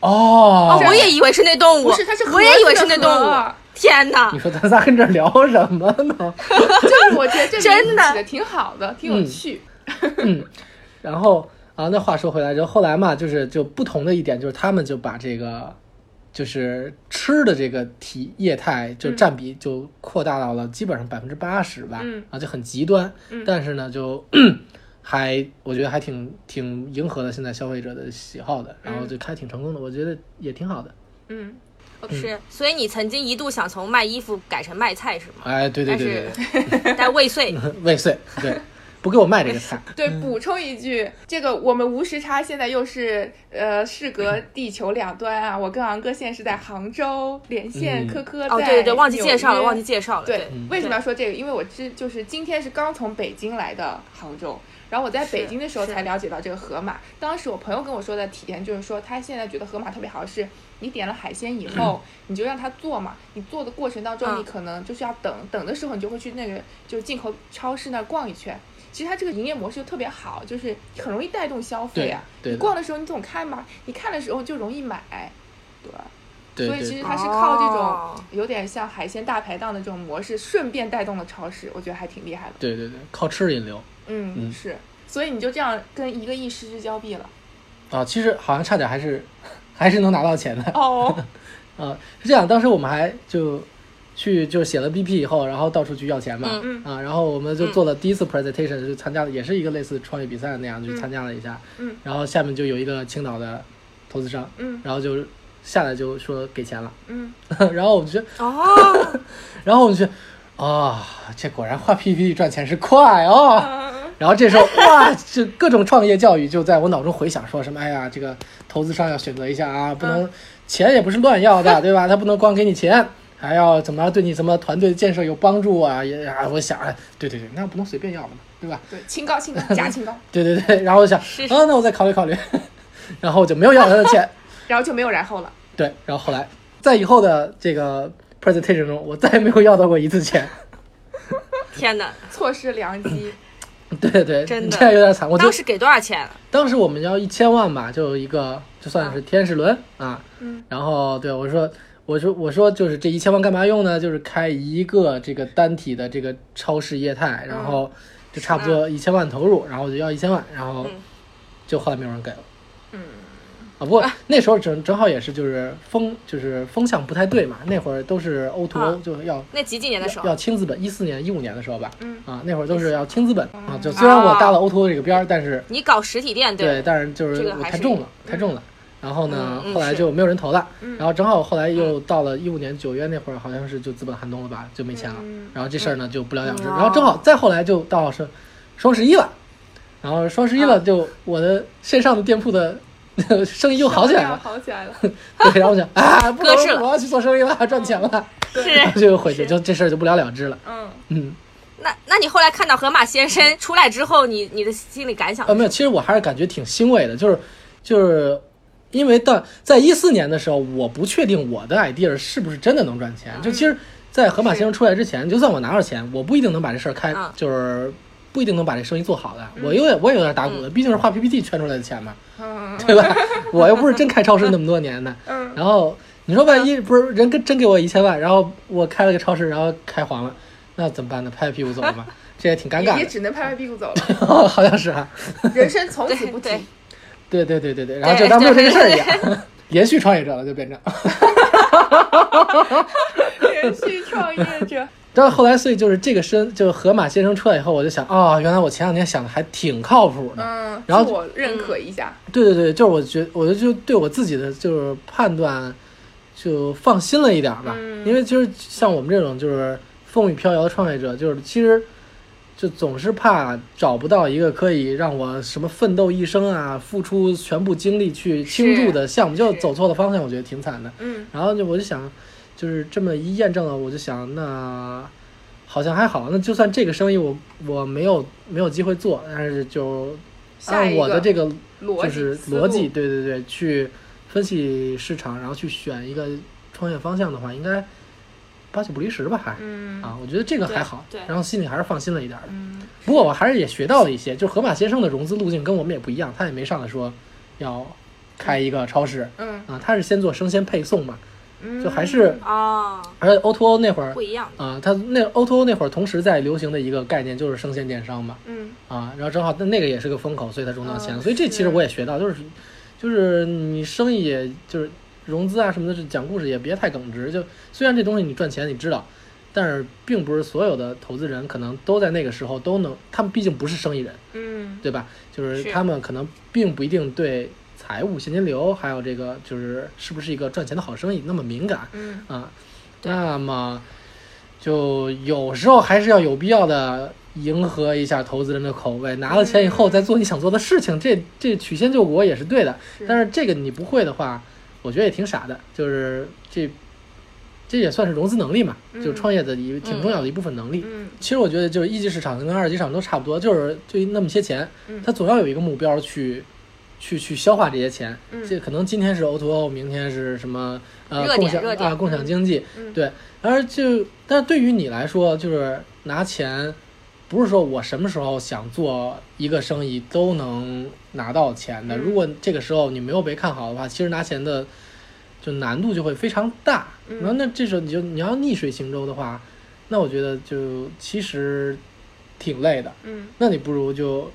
[SPEAKER 1] 哦
[SPEAKER 3] 哦，
[SPEAKER 1] 我也以为是那动物，
[SPEAKER 2] 不是，它是盒
[SPEAKER 1] 我也以为是
[SPEAKER 2] 子的
[SPEAKER 1] 那动物。
[SPEAKER 2] 盒，
[SPEAKER 1] 天哪
[SPEAKER 3] 你！说咱仨跟这儿聊什么呢？
[SPEAKER 2] 就是我觉得这
[SPEAKER 1] 真的
[SPEAKER 2] 名字起的挺好的，挺
[SPEAKER 3] 嗯
[SPEAKER 2] 有趣，嗯
[SPEAKER 3] 然后啊，那话说回来，就后来嘛，就是就不同的一点就是他们就把这个就是吃的这个体业态就占比就扩大到了基本上百分之八十吧，
[SPEAKER 2] 嗯
[SPEAKER 3] 啊就很极端，
[SPEAKER 2] 嗯
[SPEAKER 3] 但是呢就 还我觉得还挺挺迎合了现在消费者的喜好的，然后就开挺成功的，我觉得也挺好的。
[SPEAKER 2] 嗯，
[SPEAKER 1] 是，所以你曾经一度想从卖衣服改成卖菜 是吗？
[SPEAKER 3] 哎，对对对对
[SPEAKER 1] 但是但未遂。
[SPEAKER 3] 对， 未遂，对，不给我卖这个 菜，
[SPEAKER 2] 对，补充一句，这个我们无时差现在又是呃，事隔地球两端啊。我跟昂哥现在是在杭州连线，
[SPEAKER 3] 嗯
[SPEAKER 2] 科科在
[SPEAKER 1] 哦，对对对，忘记介绍了，
[SPEAKER 2] 纽约
[SPEAKER 1] 忘记介绍了。
[SPEAKER 2] 对
[SPEAKER 1] 对，，
[SPEAKER 2] 为什么要说这个？因为我之就是今天是刚从北京来的杭州，然后我在北京的时候
[SPEAKER 1] 是
[SPEAKER 2] 才了解到这个河马。当时我朋友跟我说的体验就是说，他现在觉得河马特别好是。你点了海鲜以
[SPEAKER 3] 嗯
[SPEAKER 2] 后， 你就让他做嘛。你做的过程当中，
[SPEAKER 1] 嗯
[SPEAKER 2] 你可能就是要等，等的时候你就会去那个就是进口超市那儿逛一圈。其实它这个营业模式就特别好，就是很容易带动消费啊。
[SPEAKER 3] 对对的
[SPEAKER 2] 你逛的时候你总看嘛，你看的时候就容易买，对。
[SPEAKER 3] 对
[SPEAKER 2] 所以其
[SPEAKER 3] 对
[SPEAKER 2] 实它是靠这
[SPEAKER 1] 哦
[SPEAKER 2] 种有点像海鲜大排档的这种模式，顺便带动了超市，我觉得还挺厉害的。
[SPEAKER 3] 对对对，靠吃引流
[SPEAKER 2] 嗯，
[SPEAKER 3] 嗯
[SPEAKER 2] 是，所以你就这样跟一个亿失之交臂了。
[SPEAKER 3] 啊，其实好像差点还是 还是能拿到钱的，
[SPEAKER 2] 哦，
[SPEAKER 3] 啊，是这样，当时我们还就去就写了 BP 以后，然后到处去要钱嘛，
[SPEAKER 2] 嗯
[SPEAKER 3] 啊，然后我们就做了第一次 presentation，、就参加了，也是一个类似创业比赛那样，就参加了一下，
[SPEAKER 2] 嗯
[SPEAKER 3] 然后下面就有一个青岛的投资商，
[SPEAKER 2] 嗯
[SPEAKER 3] 然后就下来就说给钱了，
[SPEAKER 2] 嗯，
[SPEAKER 3] 然后我们就，
[SPEAKER 1] 哦，
[SPEAKER 3] 然后我们就，啊、这果然画 PPT 赚钱是快哦。
[SPEAKER 2] 嗯
[SPEAKER 3] 然后这时候， 哇，这各种创业教育就在我脑中回响，说什么，哎呀，这个投资商要选择一下
[SPEAKER 1] 嗯
[SPEAKER 3] 啊，不能钱也不是乱要的， 对吧？他不能光给你钱，还要怎么样对你什么团队建设有帮助啊？也啊，我想，哎，对对对，那不能随便要的嘛，对吧？
[SPEAKER 2] 对，清高清高假清高，
[SPEAKER 3] 对对对，然后我想，啊，那我再考虑考 虑，然后我就没有要他的钱，
[SPEAKER 2] 然后就没有然后了。
[SPEAKER 3] 对，然后后来在以后的这个 presentation 中，我再也没有要到过一次钱，
[SPEAKER 1] 天哪！
[SPEAKER 2] 错失良 机，
[SPEAKER 3] 对对对，
[SPEAKER 1] 真的
[SPEAKER 3] 这样有点惨，我就
[SPEAKER 1] 当时给多少钱？
[SPEAKER 3] 当时我们要一千万吧，就有一个就算是天使轮啊，
[SPEAKER 2] 嗯，
[SPEAKER 3] 然后对我说，我说我说就是这一千万干嘛用呢？就是开一个这个单体的这个超市业态，然后就差不多一千万投入，然后我就要一千万，然后
[SPEAKER 1] 嗯
[SPEAKER 3] 就后来没有人给了。
[SPEAKER 2] 嗯
[SPEAKER 3] 啊，不过那时候正正好也是就是风就是风向不太对嘛，那会儿都是 O to O，
[SPEAKER 1] 啊
[SPEAKER 3] 就要
[SPEAKER 1] 那几几年的时
[SPEAKER 3] 要
[SPEAKER 1] 候？
[SPEAKER 3] 要轻资本，一四年一五年的时候吧，
[SPEAKER 2] 嗯
[SPEAKER 3] 啊那会儿都是要轻资本啊，就虽然我搭了 O to O 这个边儿，但是
[SPEAKER 1] 你搞实体店
[SPEAKER 3] 对，
[SPEAKER 1] 吧？
[SPEAKER 3] 但是就
[SPEAKER 1] 这
[SPEAKER 3] 是
[SPEAKER 1] 个
[SPEAKER 3] 我
[SPEAKER 1] 还
[SPEAKER 3] 太
[SPEAKER 1] 是
[SPEAKER 3] 重了，太重了。然后呢，
[SPEAKER 1] 嗯嗯嗯
[SPEAKER 3] 后来就没有人投了。
[SPEAKER 2] 嗯
[SPEAKER 3] 然后正好后来又到了一五年九月那会儿，好像是就资本寒冬了吧，就没钱了。
[SPEAKER 2] 嗯
[SPEAKER 3] 然后这事儿呢就不了了之。
[SPEAKER 1] 嗯
[SPEAKER 3] 然后正好再后来就到是双十一了，然后双十一
[SPEAKER 1] 嗯
[SPEAKER 3] 了就我的线上的店 铺的生意又好起来了。
[SPEAKER 2] 好起来了。
[SPEAKER 3] 对，然后我想啊，不
[SPEAKER 1] 搁
[SPEAKER 3] 能
[SPEAKER 1] 置了
[SPEAKER 3] 我要去做生意了，赚钱了，然
[SPEAKER 1] 是。
[SPEAKER 3] 后就回去，
[SPEAKER 1] 是
[SPEAKER 3] 就这事儿就不了了之了。
[SPEAKER 2] 嗯，
[SPEAKER 3] 嗯，
[SPEAKER 1] 那那你后来看到河马先生出来之后，你你的心里感想
[SPEAKER 3] 啊，没有，其实我还是感觉挺欣慰的，就是就是因为到在一四年的时候，我不确定我的 idea 是不是真的能赚钱。就其
[SPEAKER 2] 嗯
[SPEAKER 3] 实，在河马先生出来之前，就算我拿着钱，我不一定能把这事儿开，
[SPEAKER 1] 嗯
[SPEAKER 3] 就是不一定能把这生意做好的。我有点我也有点打鼓的，毕竟是画 PPT 圈出来的钱嘛，
[SPEAKER 2] 嗯
[SPEAKER 3] 对 吧？我又不是真开超市那么多年的。
[SPEAKER 2] 嗯，
[SPEAKER 3] 然后你说万一不是人跟真给我一千万，然后我开了个超市，然后开黄了，那怎么办呢？拍拍屁股走了 嘛，这也挺尴
[SPEAKER 2] 也
[SPEAKER 3] 尬
[SPEAKER 2] 也只能拍拍屁股走 了，
[SPEAKER 3] 的，好像是哈、啊
[SPEAKER 2] 人生从此
[SPEAKER 1] 对
[SPEAKER 2] 不
[SPEAKER 1] 对
[SPEAKER 2] 提。
[SPEAKER 3] 对对对对对，然后就当没有这个事儿一 样，连续创业者了就变成。
[SPEAKER 2] 连续创业 者，
[SPEAKER 3] 但后来，所以就是这个身，就是河马先生出来以后，我就想，哦，原来我前两天想的还挺靠谱的。
[SPEAKER 2] 嗯，
[SPEAKER 3] 然后
[SPEAKER 2] 自我认可一下，
[SPEAKER 3] 对对对，就是我觉，我就就对我自己的就是判断就放心了一点儿吧，
[SPEAKER 2] 嗯
[SPEAKER 3] 因为就是像我们这种就是风雨飘摇的创业者，就是其实就总是怕找不到一个可以让我什么奋斗一生啊，付出全部精力去倾注的项目，就是走错了方向，我觉得挺惨的。
[SPEAKER 2] 嗯
[SPEAKER 3] 然后就我就想，就是这么一验证了，我就想那好像还好，那就算这个生意我我没有没有机会做，但是就
[SPEAKER 2] 下
[SPEAKER 3] 按
[SPEAKER 2] 一
[SPEAKER 3] 我的
[SPEAKER 2] 个
[SPEAKER 3] 这个
[SPEAKER 2] 嗯逻
[SPEAKER 3] 就
[SPEAKER 2] 辑
[SPEAKER 3] 是
[SPEAKER 2] 思
[SPEAKER 3] 逻
[SPEAKER 2] 路
[SPEAKER 3] 辑，对对对，去分析市场，然后去选一个创业方向的话，应该八九不离十吧，还。
[SPEAKER 2] 嗯
[SPEAKER 3] 啊，我觉得这个
[SPEAKER 1] 对
[SPEAKER 3] 还好
[SPEAKER 1] 对，
[SPEAKER 3] 然后心里还是放心了一点儿的。
[SPEAKER 2] 嗯
[SPEAKER 3] 不过我还是也学到了一些，就是河马先生的融资路径跟我们也不一样，他也没上来说要开一个超市
[SPEAKER 2] 嗯
[SPEAKER 3] 啊，他是先做生鲜配送嘛，
[SPEAKER 2] 嗯，
[SPEAKER 3] 就还是
[SPEAKER 1] 哦，
[SPEAKER 3] 而且 O to O 那会儿
[SPEAKER 1] 不一样。
[SPEAKER 3] 啊，它那 O to O 那会儿同时在流行的一个概念就是生鲜电商嘛，
[SPEAKER 2] 嗯
[SPEAKER 3] 啊，然后正好那那个也是个风口，所以它融到钱了。
[SPEAKER 2] 嗯
[SPEAKER 3] 所以这其实
[SPEAKER 2] 是
[SPEAKER 3] 我也学到，就是就是你生意也就是融资啊什么的，讲故事也别太耿直。就虽然这东西你赚钱你知道，但是并不是所有的投资人可能都在那个时候都能，他们毕竟不是生意人，
[SPEAKER 2] 嗯
[SPEAKER 3] 对吧？就是
[SPEAKER 1] 是
[SPEAKER 3] 他们可能并不一定对财务现金流，还有这个就是是不是一个赚钱的好生意那么敏感
[SPEAKER 2] 嗯
[SPEAKER 3] 啊。
[SPEAKER 1] 对
[SPEAKER 3] 那么就有时候还是要有必要的迎合一下投资人的口味，拿了钱以后再做你想做的事情，这这曲线救国也是对的。
[SPEAKER 2] 是
[SPEAKER 3] 但是这个你不会的话，我觉得也挺傻的，就是这这也算是融资能力嘛，就
[SPEAKER 2] 嗯
[SPEAKER 3] 创业的一挺重要的一部分能力。
[SPEAKER 2] 嗯
[SPEAKER 3] 其实我觉得就是一级市场跟二级市场都差不多，就是就那么些钱
[SPEAKER 2] 嗯，
[SPEAKER 3] 它总要有一个目标去。去去消化这些钱，
[SPEAKER 2] 嗯
[SPEAKER 3] 这可能今天是 O to O，明天是什么呃
[SPEAKER 1] 热点
[SPEAKER 3] 共享
[SPEAKER 1] 热点
[SPEAKER 3] 啊共享经济，
[SPEAKER 2] 嗯
[SPEAKER 3] 对。然而就但是对于你来说，就是拿钱，不是说我什么时候想做一个生意都能拿到钱的。
[SPEAKER 2] 嗯
[SPEAKER 3] 如果这个时候你没有被看好的话，其实拿钱的就难度就会非常大。
[SPEAKER 2] 嗯
[SPEAKER 3] 然后那这时候你就你要逆水行舟的话，那我觉得就其实挺累的。
[SPEAKER 2] 嗯
[SPEAKER 3] 那你不如就，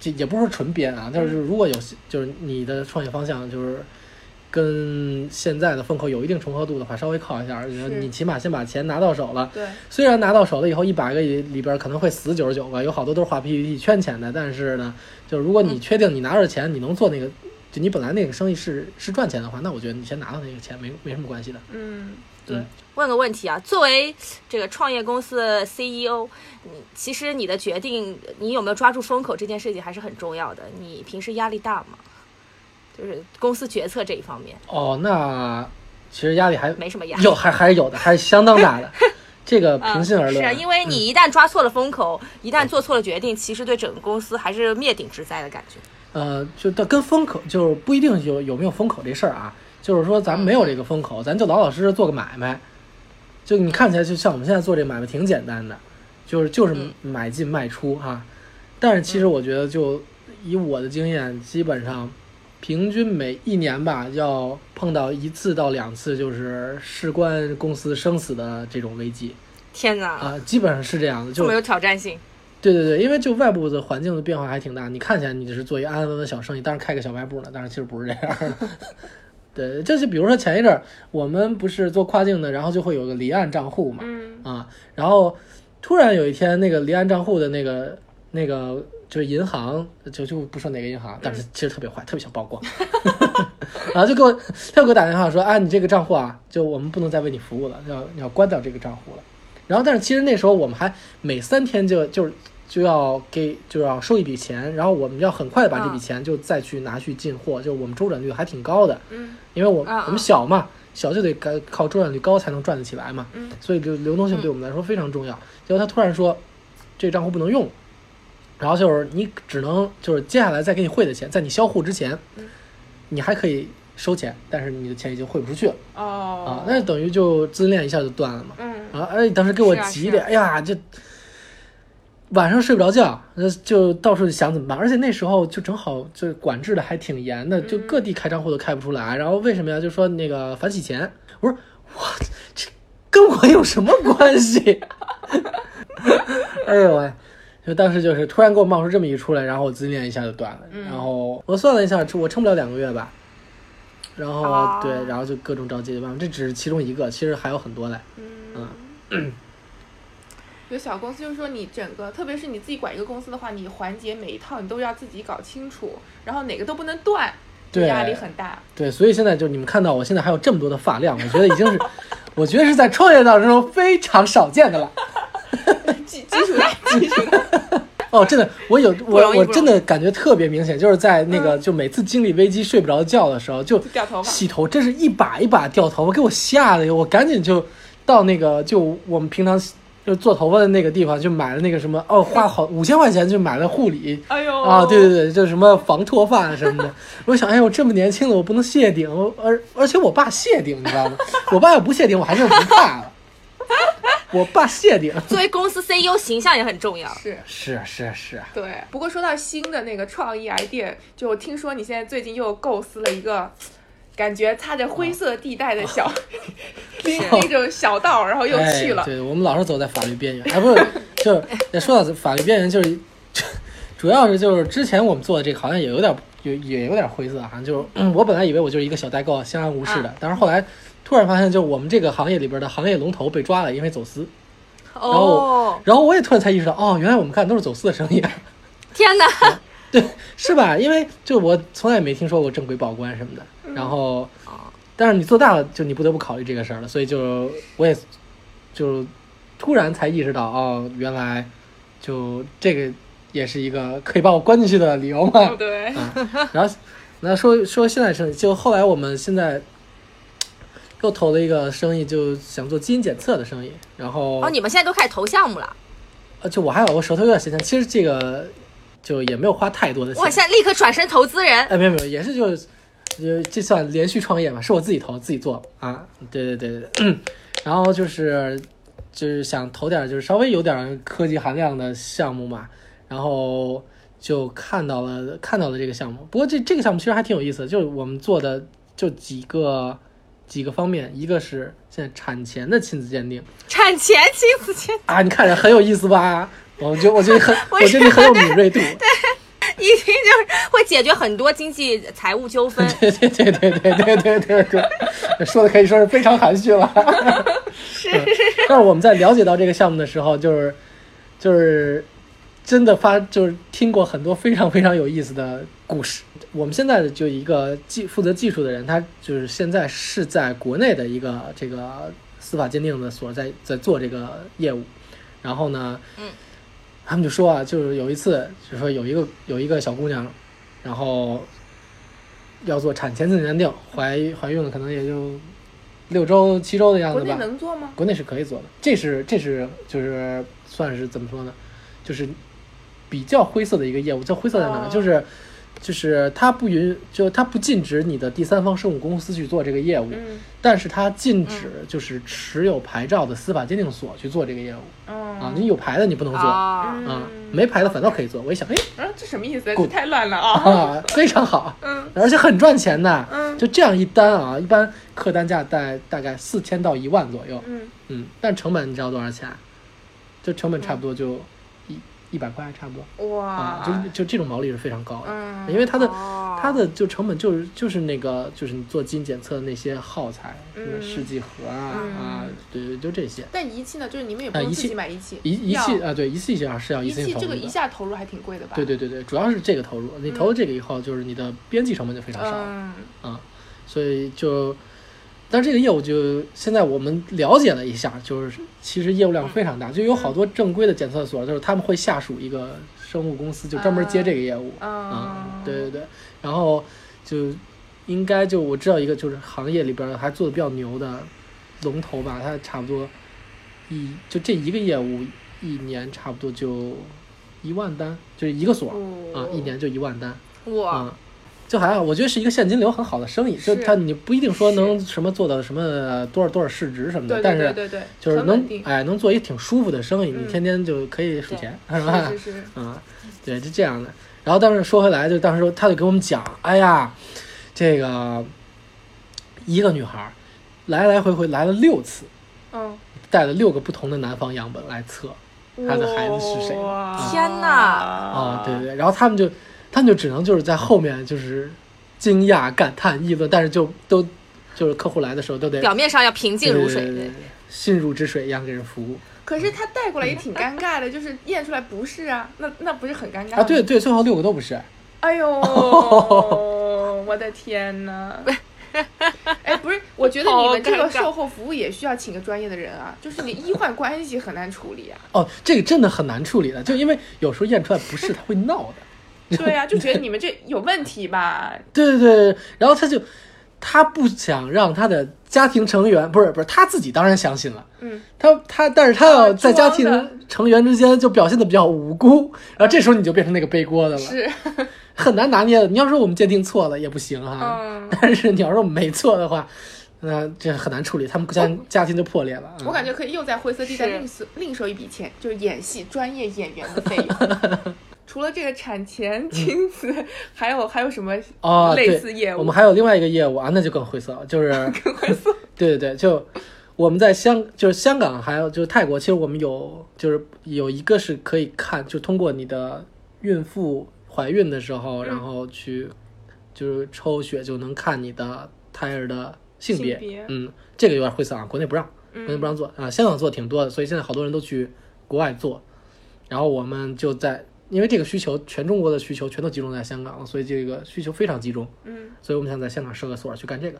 [SPEAKER 3] 这也不是说纯编啊，但是如果有就是你的创业方向就是跟现在的风口有一定重合度的话，稍微靠一下，然后
[SPEAKER 2] 是
[SPEAKER 3] 你起码先把钱拿到手了。
[SPEAKER 2] 对
[SPEAKER 3] 虽然拿到手了以后，一百个里里边可能会死九十九个，有好多都是画 PPT 圈钱的，但是呢，就是如果你确定你拿着钱，你能做那个，就你本来那个生意是是赚钱的话，那我觉得你先拿到那个钱没没什么关系的。
[SPEAKER 2] 嗯对
[SPEAKER 3] 嗯
[SPEAKER 1] 问个问题啊，作为这个创业公司的 CEO，你其实你的决定，你有没有抓住风口这件事情还是很重要的。你平时压力大吗？就是公司决策这一方面
[SPEAKER 3] 哦，那其实压力还
[SPEAKER 1] 没什么压力。
[SPEAKER 3] 有还还是有的，还是相当大 的。这个
[SPEAKER 1] 啊
[SPEAKER 3] 平心而论，
[SPEAKER 1] 是
[SPEAKER 3] 嗯
[SPEAKER 1] 啊因为你一旦抓错了风口，一旦做错了决定，其实对整个公司还是灭顶之灾的感觉。
[SPEAKER 3] 呃，就但跟风口就是不一定有有没有风口这事儿啊，就是说咱们没有这个风口，咱就老老实实做个买卖。就你看起来就像我们现在做这买卖挺简单的，就是就是
[SPEAKER 1] 嗯
[SPEAKER 3] 买进卖出哈、但是其实我觉得，就以我的经验，基本上平均每一年吧，要碰到一次到两次，就是事关公司生死的这种危机
[SPEAKER 1] 天哪，
[SPEAKER 3] 啊、基本上是这样的。
[SPEAKER 1] 这
[SPEAKER 3] 就
[SPEAKER 1] 么有挑战性。
[SPEAKER 3] 对对对，因为就外部的环境的变化还挺大。你看起来你只是做一安安稳稳小生意，当然开个小卖部呢，但是其实不是这样的。 对，就是比如说前一阵儿我们不是做跨境的，然后就会有个离岸账户嘛，
[SPEAKER 2] 嗯
[SPEAKER 3] 啊，然后突然有一天那个离岸账户的那个那个就是银行，就就不说哪个银行，但是其实特别坏，特别想曝光， 然后就给我他就给我打电话说啊，你这个账户啊，就我们不能再为你服务了，要要关掉这个账户了。然后但是其实那时候我们还每三天就就是。就要给就要收一笔钱，然后我们要很快的把这笔
[SPEAKER 1] 啊
[SPEAKER 3] 钱就再去拿去进货，就我们周转率还挺高的，
[SPEAKER 2] 嗯
[SPEAKER 3] 因为我
[SPEAKER 1] 啊啊
[SPEAKER 3] 我们小嘛，小就得靠靠周转率高才能赚得起来嘛，
[SPEAKER 2] 嗯
[SPEAKER 3] 所以流流动性对我们来说非常重要。结果他突然说，这个账户不能用，然后就是你只能就是接下来再给你汇的钱，在你销户之前
[SPEAKER 2] 嗯，
[SPEAKER 3] 你还可以收钱，但是你的钱已经汇不出去了啊
[SPEAKER 2] 哦，
[SPEAKER 3] 那等于就资金链一下就断了嘛。
[SPEAKER 2] 嗯
[SPEAKER 3] 啊，而且当时给我
[SPEAKER 1] 是啊是
[SPEAKER 3] 急的，
[SPEAKER 1] 啊
[SPEAKER 3] 哎呀，这晚上睡不着觉，呃就到处想怎么办。而且那时候就正好就管制的还挺严的，就
[SPEAKER 1] 嗯
[SPEAKER 3] 各地开账户都开不出来。然后为什么呀？就说那个反洗钱，我说我这跟我有什么关系？ 哎呦喂！就当时就是突然给我冒出这么一出来，然后我资金链一下就断了。
[SPEAKER 2] 嗯
[SPEAKER 3] 然后我算了一下，我撑不了两个月吧。然后、
[SPEAKER 1] 啊
[SPEAKER 3] 对，然后就各种找解决办法，这只是其中一个，其实还有很多嘞。
[SPEAKER 2] 嗯。有小公司，就是说你整个，特别是你自己管一个公司的话，你环节每一套你都要自己搞清楚，然后哪个都不能断，就
[SPEAKER 3] 对
[SPEAKER 2] 压力很大。
[SPEAKER 3] 对，所以现在就是你们看到我现在还有这么多的发量，我觉得已经是， 我觉得是在创业当中非常少见的了。
[SPEAKER 2] 基基 础大，基础大。
[SPEAKER 3] 哦，真的，我有
[SPEAKER 1] 不容
[SPEAKER 3] 我
[SPEAKER 1] 易嗯
[SPEAKER 3] 我
[SPEAKER 1] 不容易
[SPEAKER 3] 真的感觉特别明显，就是在那个就每次经历危机睡不着觉的时候，就
[SPEAKER 2] 掉头发
[SPEAKER 3] 洗头，真是一把一把掉头发，给我吓的，我赶紧就到那个就我们平常就做头发的那个地方，就买了那个什么哦，花好五千块钱就买了护理，
[SPEAKER 2] 哎呦
[SPEAKER 3] 啊，对对对，就是什么防脱发什么的。我想，哎呦，我这么年轻了，我不能谢顶，我而而且我爸谢顶，你知道吗？我爸要不谢顶，我还真不怕了。我爸谢顶，
[SPEAKER 1] 作为公司 CEO，形象也很重要。
[SPEAKER 2] 是。
[SPEAKER 3] 是啊是是，
[SPEAKER 2] 对，不过说到新的那个创意 idea，就听说你现在最近又构思了一个，感觉擦着灰色地带的小，那 那种小道，然后又去了
[SPEAKER 3] 啊哎。。对我们老是走在法律边缘，哎，不是，就是说到法律边缘，就是主要是就是之前我们做的这个好像也有点有也有点灰色哈、就是、 嗯我本来以为我就是一个小代购，相安无事的，但是后来突然发现，就是我们这个行业里边的行业龙头被抓了，因为走私。
[SPEAKER 1] 哦，
[SPEAKER 3] 哦然后我也突然才意识到，哦，原来我们干的都是走私的生意。
[SPEAKER 1] 天哪！
[SPEAKER 3] 对， 是吧？因为就我从来没听说过正规报关什么
[SPEAKER 1] 嗯
[SPEAKER 3] 的，然后，
[SPEAKER 1] 哦
[SPEAKER 3] 但是你做大了，就你不得不考虑这个事儿了，所以就我也就突然才意识到，哦，原来就这个也是一个可以把我关进去的理由 嘛。
[SPEAKER 2] 对，
[SPEAKER 3] 然后，那说说现在生意，就后来我们现在又投了一个生意，就想做基因检测的生意。然后，
[SPEAKER 1] 哦，你们现在都开始投项目了，
[SPEAKER 3] 呃就我还有个舌头有点闲钱，其实这个就也没有花太多的钱。
[SPEAKER 1] 我现在立刻转身投资人。
[SPEAKER 3] 哎，没有没有，也是就是，呃，这算连续创业嘛，是我自己投自己做啊，对对对对对，然后就是就是想投点儿就是稍微有点儿科技含量的项目嘛，然后就看到了看到了这个项目，不过这这个项目其实还挺有意思的，就是我们做的就几个几个方面，一个是现在产前的亲子鉴定
[SPEAKER 1] 产前亲子鉴，
[SPEAKER 3] 啊，你看着很有意思吧？哦我觉我觉 得很
[SPEAKER 1] 我
[SPEAKER 3] 我觉得你很有敏锐度，
[SPEAKER 1] 一听就是会解决很多经济财务纠 纷。
[SPEAKER 3] 对对对对对对对对对，说的可以说是非常含蓄了。 是， 但是我们在了解到这个项目的时候，就是就是真的发就是听过很多非常非常有意思的故事。我们现在的就一个技负责技术的人，他就是现在是在国内的一个这个司法鉴定的所在在做这个业务，然后呢，
[SPEAKER 1] 嗯，
[SPEAKER 3] 他们就说啊，就是有一次，就说有一个有一个小姑娘，然后要做产前自检定，怀怀孕了可能也就六周七周的样
[SPEAKER 2] 国
[SPEAKER 3] 子
[SPEAKER 2] 内
[SPEAKER 3] 吧，
[SPEAKER 2] 能做吗？
[SPEAKER 3] 国内是可以做的，这是这是就是算是怎么说呢，就是比较灰色的一个业务。叫灰色在哪儿？
[SPEAKER 2] 哦
[SPEAKER 3] 就是就是它不允，就它不禁止你的第三方生物公司去做这个业务，
[SPEAKER 2] 嗯
[SPEAKER 3] 但是它禁止就是持有牌照的司法鉴定所去做这个业务、
[SPEAKER 2] 嗯
[SPEAKER 3] 啊。你有牌的你不能做、
[SPEAKER 1] 哦，
[SPEAKER 2] 嗯
[SPEAKER 3] 啊，没牌的反倒可以做。我一想，哎
[SPEAKER 2] 啊，这什么意思？
[SPEAKER 3] 狗
[SPEAKER 2] 这太乱了啊！
[SPEAKER 3] 啊，非常好，
[SPEAKER 2] 嗯
[SPEAKER 3] 而且很赚钱的。
[SPEAKER 2] 嗯
[SPEAKER 3] 就这样一单啊，一般客单价在大概四千到一万左右。
[SPEAKER 2] 嗯，嗯
[SPEAKER 3] 嗯，但成本你知道多少钱？啊就成本差不多就一、一百块，差不多
[SPEAKER 2] 哇
[SPEAKER 3] 啊，，就就这种毛利是非常高的，
[SPEAKER 2] 哦嗯，
[SPEAKER 3] 因为它的、
[SPEAKER 1] 哦
[SPEAKER 3] 它的就成本就是就是那个就是你做基因检测的那些耗材，什么
[SPEAKER 2] 嗯
[SPEAKER 3] 试剂盒啊、
[SPEAKER 2] 嗯
[SPEAKER 3] 啊，对对，就这些
[SPEAKER 2] 但仪器呢，就是你们也不能
[SPEAKER 3] 呃仪
[SPEAKER 2] 自
[SPEAKER 3] 器
[SPEAKER 2] 己买仪器，
[SPEAKER 3] 仪仪器
[SPEAKER 2] 要
[SPEAKER 3] 啊，对仪器上是要一
[SPEAKER 2] 仪
[SPEAKER 3] 次性
[SPEAKER 2] 器
[SPEAKER 3] 投
[SPEAKER 2] 这
[SPEAKER 3] 入
[SPEAKER 2] 个
[SPEAKER 3] 的。
[SPEAKER 2] 一下投入还挺贵的吧？
[SPEAKER 3] 对对对对，主要是这个投入，你投了这个以后，就是你的边际成本就非常少了。
[SPEAKER 2] 嗯，
[SPEAKER 3] 所以就，但是这个业务就现在我们了解了一下，就是其实业务量非
[SPEAKER 2] 嗯
[SPEAKER 3] 常大，就有好多正规的检测所，就是他们会下属一个生物公司，就专门接这个业务啊、
[SPEAKER 2] 嗯
[SPEAKER 3] 对对对，然后就应该就我知道一个就是行业里边还做的比较牛的龙头吧，它差不多一就这一个业务一年差不多就一万单，就是一个所啊、
[SPEAKER 2] 哦
[SPEAKER 3] 一年就一万单。
[SPEAKER 1] 哇，
[SPEAKER 3] 嗯，就还好，我觉得是一个现金流很好的生意，就是它你不一定说能什么做到什么多少多少市值什么的，
[SPEAKER 2] 对
[SPEAKER 3] 但
[SPEAKER 2] 对对
[SPEAKER 3] 是
[SPEAKER 2] 对对，
[SPEAKER 3] 就是
[SPEAKER 2] 很
[SPEAKER 3] 能
[SPEAKER 2] 稳定，
[SPEAKER 3] 哎能做一个挺舒服的生意，
[SPEAKER 2] 嗯
[SPEAKER 3] 你天天就可以数钱，是吧？
[SPEAKER 2] 是是是，
[SPEAKER 3] 啊，对，是这样的。然后但是说回来，就当时他就给我们讲，哎呀，这个一个女孩儿来来回回来了六次，
[SPEAKER 2] 嗯，
[SPEAKER 3] 带了六个不同的男方样本来测，他的孩子是谁嗯
[SPEAKER 2] 哇
[SPEAKER 1] 天哪
[SPEAKER 3] 啊，对对，对，然后他们就，他们就只能就是在后面就是惊讶、感叹、议论，但是就都就是客户来的时候都得
[SPEAKER 1] 表面上要平静如水，
[SPEAKER 3] 对对对对对心如止水一样给人服务
[SPEAKER 2] 可是他带过来也
[SPEAKER 3] 嗯
[SPEAKER 2] 挺尴尬的，就是验出来不是啊，那那不是很尴尬
[SPEAKER 3] 啊！
[SPEAKER 2] 吗
[SPEAKER 3] 对，对，最后六个都不是，啊
[SPEAKER 2] 哎呦，我的天哪！哎，不是，我觉得你们这
[SPEAKER 1] 好
[SPEAKER 2] 个
[SPEAKER 1] 尴尬
[SPEAKER 2] 售后服务也需要请个专业的人啊，就是你医患关系很难处理啊。
[SPEAKER 3] 哦，这个真的很难处理的，就因为有时候验出来不是，他会闹的。
[SPEAKER 2] 对啊，就觉得你们这有问题吧？
[SPEAKER 3] 对对对，然后他就他不想让他的家庭成员，不是不是他自己当然相信了。
[SPEAKER 2] 嗯，
[SPEAKER 3] 他他，但是他要
[SPEAKER 2] 啊
[SPEAKER 3] 在家
[SPEAKER 2] 装的
[SPEAKER 3] 庭成员之间就表现的比较无辜，然后这时候你就变成那个背锅的了。
[SPEAKER 2] 是，
[SPEAKER 3] 很难拿捏的。你要说我们鉴定错了也不行哈，
[SPEAKER 2] 嗯，
[SPEAKER 3] 但是你要说我们没错的话，那这很难处理，他们家家庭就破裂了。啊
[SPEAKER 2] 我感
[SPEAKER 3] 觉
[SPEAKER 2] 觉可以又在灰色地带
[SPEAKER 1] 是
[SPEAKER 2] 另收另收一笔钱，就是演戏专业演员的费用。除了这个产前亲子，还有还有什么
[SPEAKER 3] 哦，
[SPEAKER 2] 类
[SPEAKER 3] 对，
[SPEAKER 2] 似业务？
[SPEAKER 3] 我们还有另外一个业务啊，那就更晦涩了，就是 更晦涩。 对对对，就我们在香，就是香港，还有就是泰国，其实我们有就是有一个是可以看，就通过你的孕妇怀孕的时
[SPEAKER 2] 嗯
[SPEAKER 3] 候，然后去就是抽血就能看你的胎儿的性别。
[SPEAKER 2] 性别
[SPEAKER 3] 嗯，这个有点晦涩啊，国内不让，国内
[SPEAKER 2] 嗯
[SPEAKER 3] 不让做啊、香港做挺多的，所以现在好多人都去国外做，然后我们就在因为这个需求，全中国的需求全都集中在香港了，所以这个需求非常集中。
[SPEAKER 2] 嗯
[SPEAKER 3] 所以我们想在香港设个所去干这个。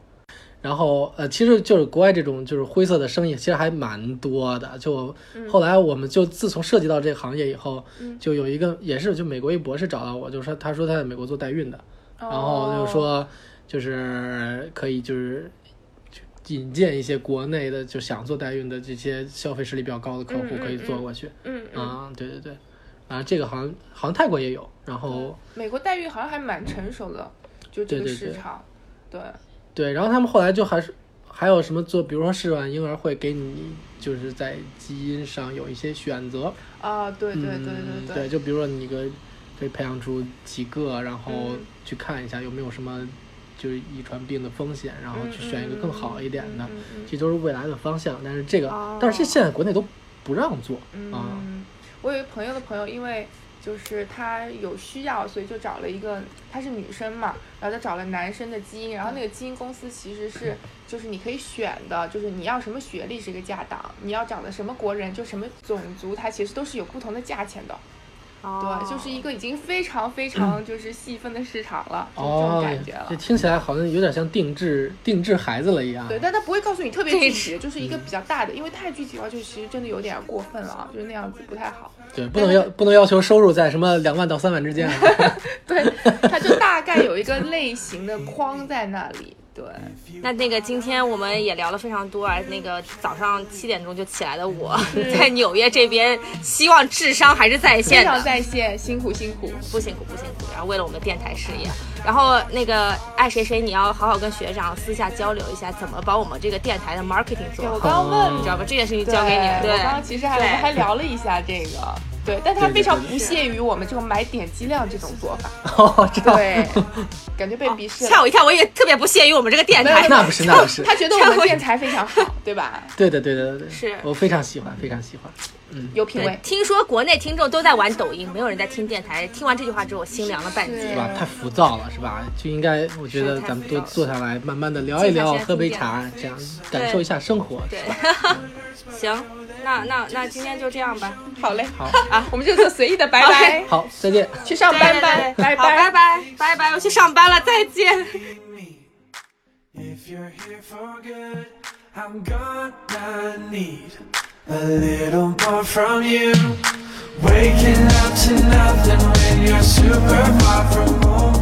[SPEAKER 3] 然后呃，其实就是国外这种就是灰色的生意，其实还蛮多的。就
[SPEAKER 2] 嗯
[SPEAKER 3] 后来我们就自从涉及到这个行业以后，就有一个也是就美国一博士找到我，就说他说他在美国做代孕的，
[SPEAKER 2] 哦
[SPEAKER 3] 然后哦就说就是可以就是。引荐一些国内的就想做代孕的这些消费实力比较高的客户
[SPEAKER 2] 嗯嗯
[SPEAKER 3] 可以做
[SPEAKER 2] 嗯
[SPEAKER 3] 过去
[SPEAKER 2] 嗯嗯
[SPEAKER 3] 啊，对对对，啊这个好像好像泰国也有，然后
[SPEAKER 2] 美国待遇好像还蛮成熟的，就这
[SPEAKER 3] 对
[SPEAKER 2] 个
[SPEAKER 3] 对
[SPEAKER 2] 市
[SPEAKER 3] 对
[SPEAKER 2] 场，对
[SPEAKER 3] 对，然后他们后来就还是还有什么做，比如说试管婴儿会给你就是在基因上有一些选择，
[SPEAKER 2] 啊，对对对
[SPEAKER 3] 嗯
[SPEAKER 2] 对
[SPEAKER 3] 就比如说你个可以培养出几个，然后
[SPEAKER 2] 嗯
[SPEAKER 3] 去看一下有没有什么就是遗传病的风险，然后
[SPEAKER 2] 嗯
[SPEAKER 3] 去选一个更好一点的，
[SPEAKER 2] 嗯嗯
[SPEAKER 3] 这都是未来的方向。但是这个，
[SPEAKER 2] 哦
[SPEAKER 3] 但是这现在国内都不让做
[SPEAKER 2] 嗯
[SPEAKER 3] 啊，
[SPEAKER 2] 嗯，我有一朋友的朋友，因为就是他有需要，所以就找了一个，她是女生嘛，然后她找了男生的基因，然后那个基因公司其实是就是你可以选的，就是你要什么学历是一个价档，你要长得什么国人就什么种族，它其实都是有不同的价钱的。
[SPEAKER 1] 哦
[SPEAKER 2] 对，就是一个已经非常非常就是细分的市场了，就这种
[SPEAKER 3] 哦
[SPEAKER 2] 感觉了，
[SPEAKER 3] 这。听起来好像有点像定制定制孩子了一样。
[SPEAKER 2] 对，但他不会告诉你特别
[SPEAKER 1] 这
[SPEAKER 2] 具
[SPEAKER 1] 啊是嗯
[SPEAKER 2] 体，就是一个比较大的，因为太具体的话，就其实真的有点过分了啊，就是那样子不太 好。
[SPEAKER 3] 对，不能要不能要求收入在什么两万到三万之间啊。
[SPEAKER 2] 对，它就大概有一个类型的框在那里。对，
[SPEAKER 1] 那那个今天我们也聊了非常多啊，那个早上七点钟就起来的我，在纽约这边，希望智商还是在
[SPEAKER 2] 非
[SPEAKER 1] 线
[SPEAKER 2] 常
[SPEAKER 1] 的，
[SPEAKER 2] 在线，辛苦辛苦。
[SPEAKER 1] 不辛苦不辛苦。然后为了我们电台事业，然后那个爱谁谁，你要好好跟学长私下交流一下，怎么把我们这个电台的 marketing 做
[SPEAKER 2] 对
[SPEAKER 1] 好，
[SPEAKER 2] 我刚刚
[SPEAKER 1] 你
[SPEAKER 2] 问
[SPEAKER 1] 知，道吧？这件事情
[SPEAKER 2] 对
[SPEAKER 1] 交给你，
[SPEAKER 2] 我刚刚其实还我们还
[SPEAKER 1] 对。
[SPEAKER 2] 聊了一下这个，对，但他
[SPEAKER 3] 对对
[SPEAKER 2] 非常
[SPEAKER 3] 对
[SPEAKER 2] 不屑于我们这种买点击量这种做 法。
[SPEAKER 3] 哦，这样。
[SPEAKER 2] 对，感觉被鄙视
[SPEAKER 1] 吓
[SPEAKER 2] 了。
[SPEAKER 1] 我一哦跳，我也特别不屑于我们这个电
[SPEAKER 2] 没
[SPEAKER 1] 台
[SPEAKER 2] 有。
[SPEAKER 3] 哎那不是，那不是，
[SPEAKER 2] 他觉得我们电台非常好，对吧？
[SPEAKER 3] 对的，对的，对的，
[SPEAKER 1] 是
[SPEAKER 3] 我非常喜欢，非常喜欢。嗯，
[SPEAKER 2] 有品位。
[SPEAKER 1] 听说国内听众都在玩抖音，没有人在听电台。听完这句话之后，我心凉了半
[SPEAKER 3] 对
[SPEAKER 1] 截
[SPEAKER 2] 是。
[SPEAKER 3] 吧？太浮躁了，是吧？就应该，我觉得
[SPEAKER 1] 是太
[SPEAKER 3] 咱们
[SPEAKER 1] 浮
[SPEAKER 3] 多
[SPEAKER 1] 躁了
[SPEAKER 3] 坐下来，慢慢的聊一
[SPEAKER 1] 静下
[SPEAKER 3] 聊，
[SPEAKER 1] 心来
[SPEAKER 3] 喝杯
[SPEAKER 1] 听
[SPEAKER 3] 茶，这样感受一下生活。
[SPEAKER 1] 对，行，那那那今天就这样吧。
[SPEAKER 2] 好嘞，
[SPEAKER 3] 好，
[SPEAKER 2] 啊，我们就这随意的拜拜，
[SPEAKER 3] 好，再见。
[SPEAKER 2] 去上班吧，拜
[SPEAKER 1] 好拜拜拜拜，我去上班了，再见。
[SPEAKER 4] me. If you're here for good, I'm gonna need a little more from you. Waking up to nothing when you're super far from home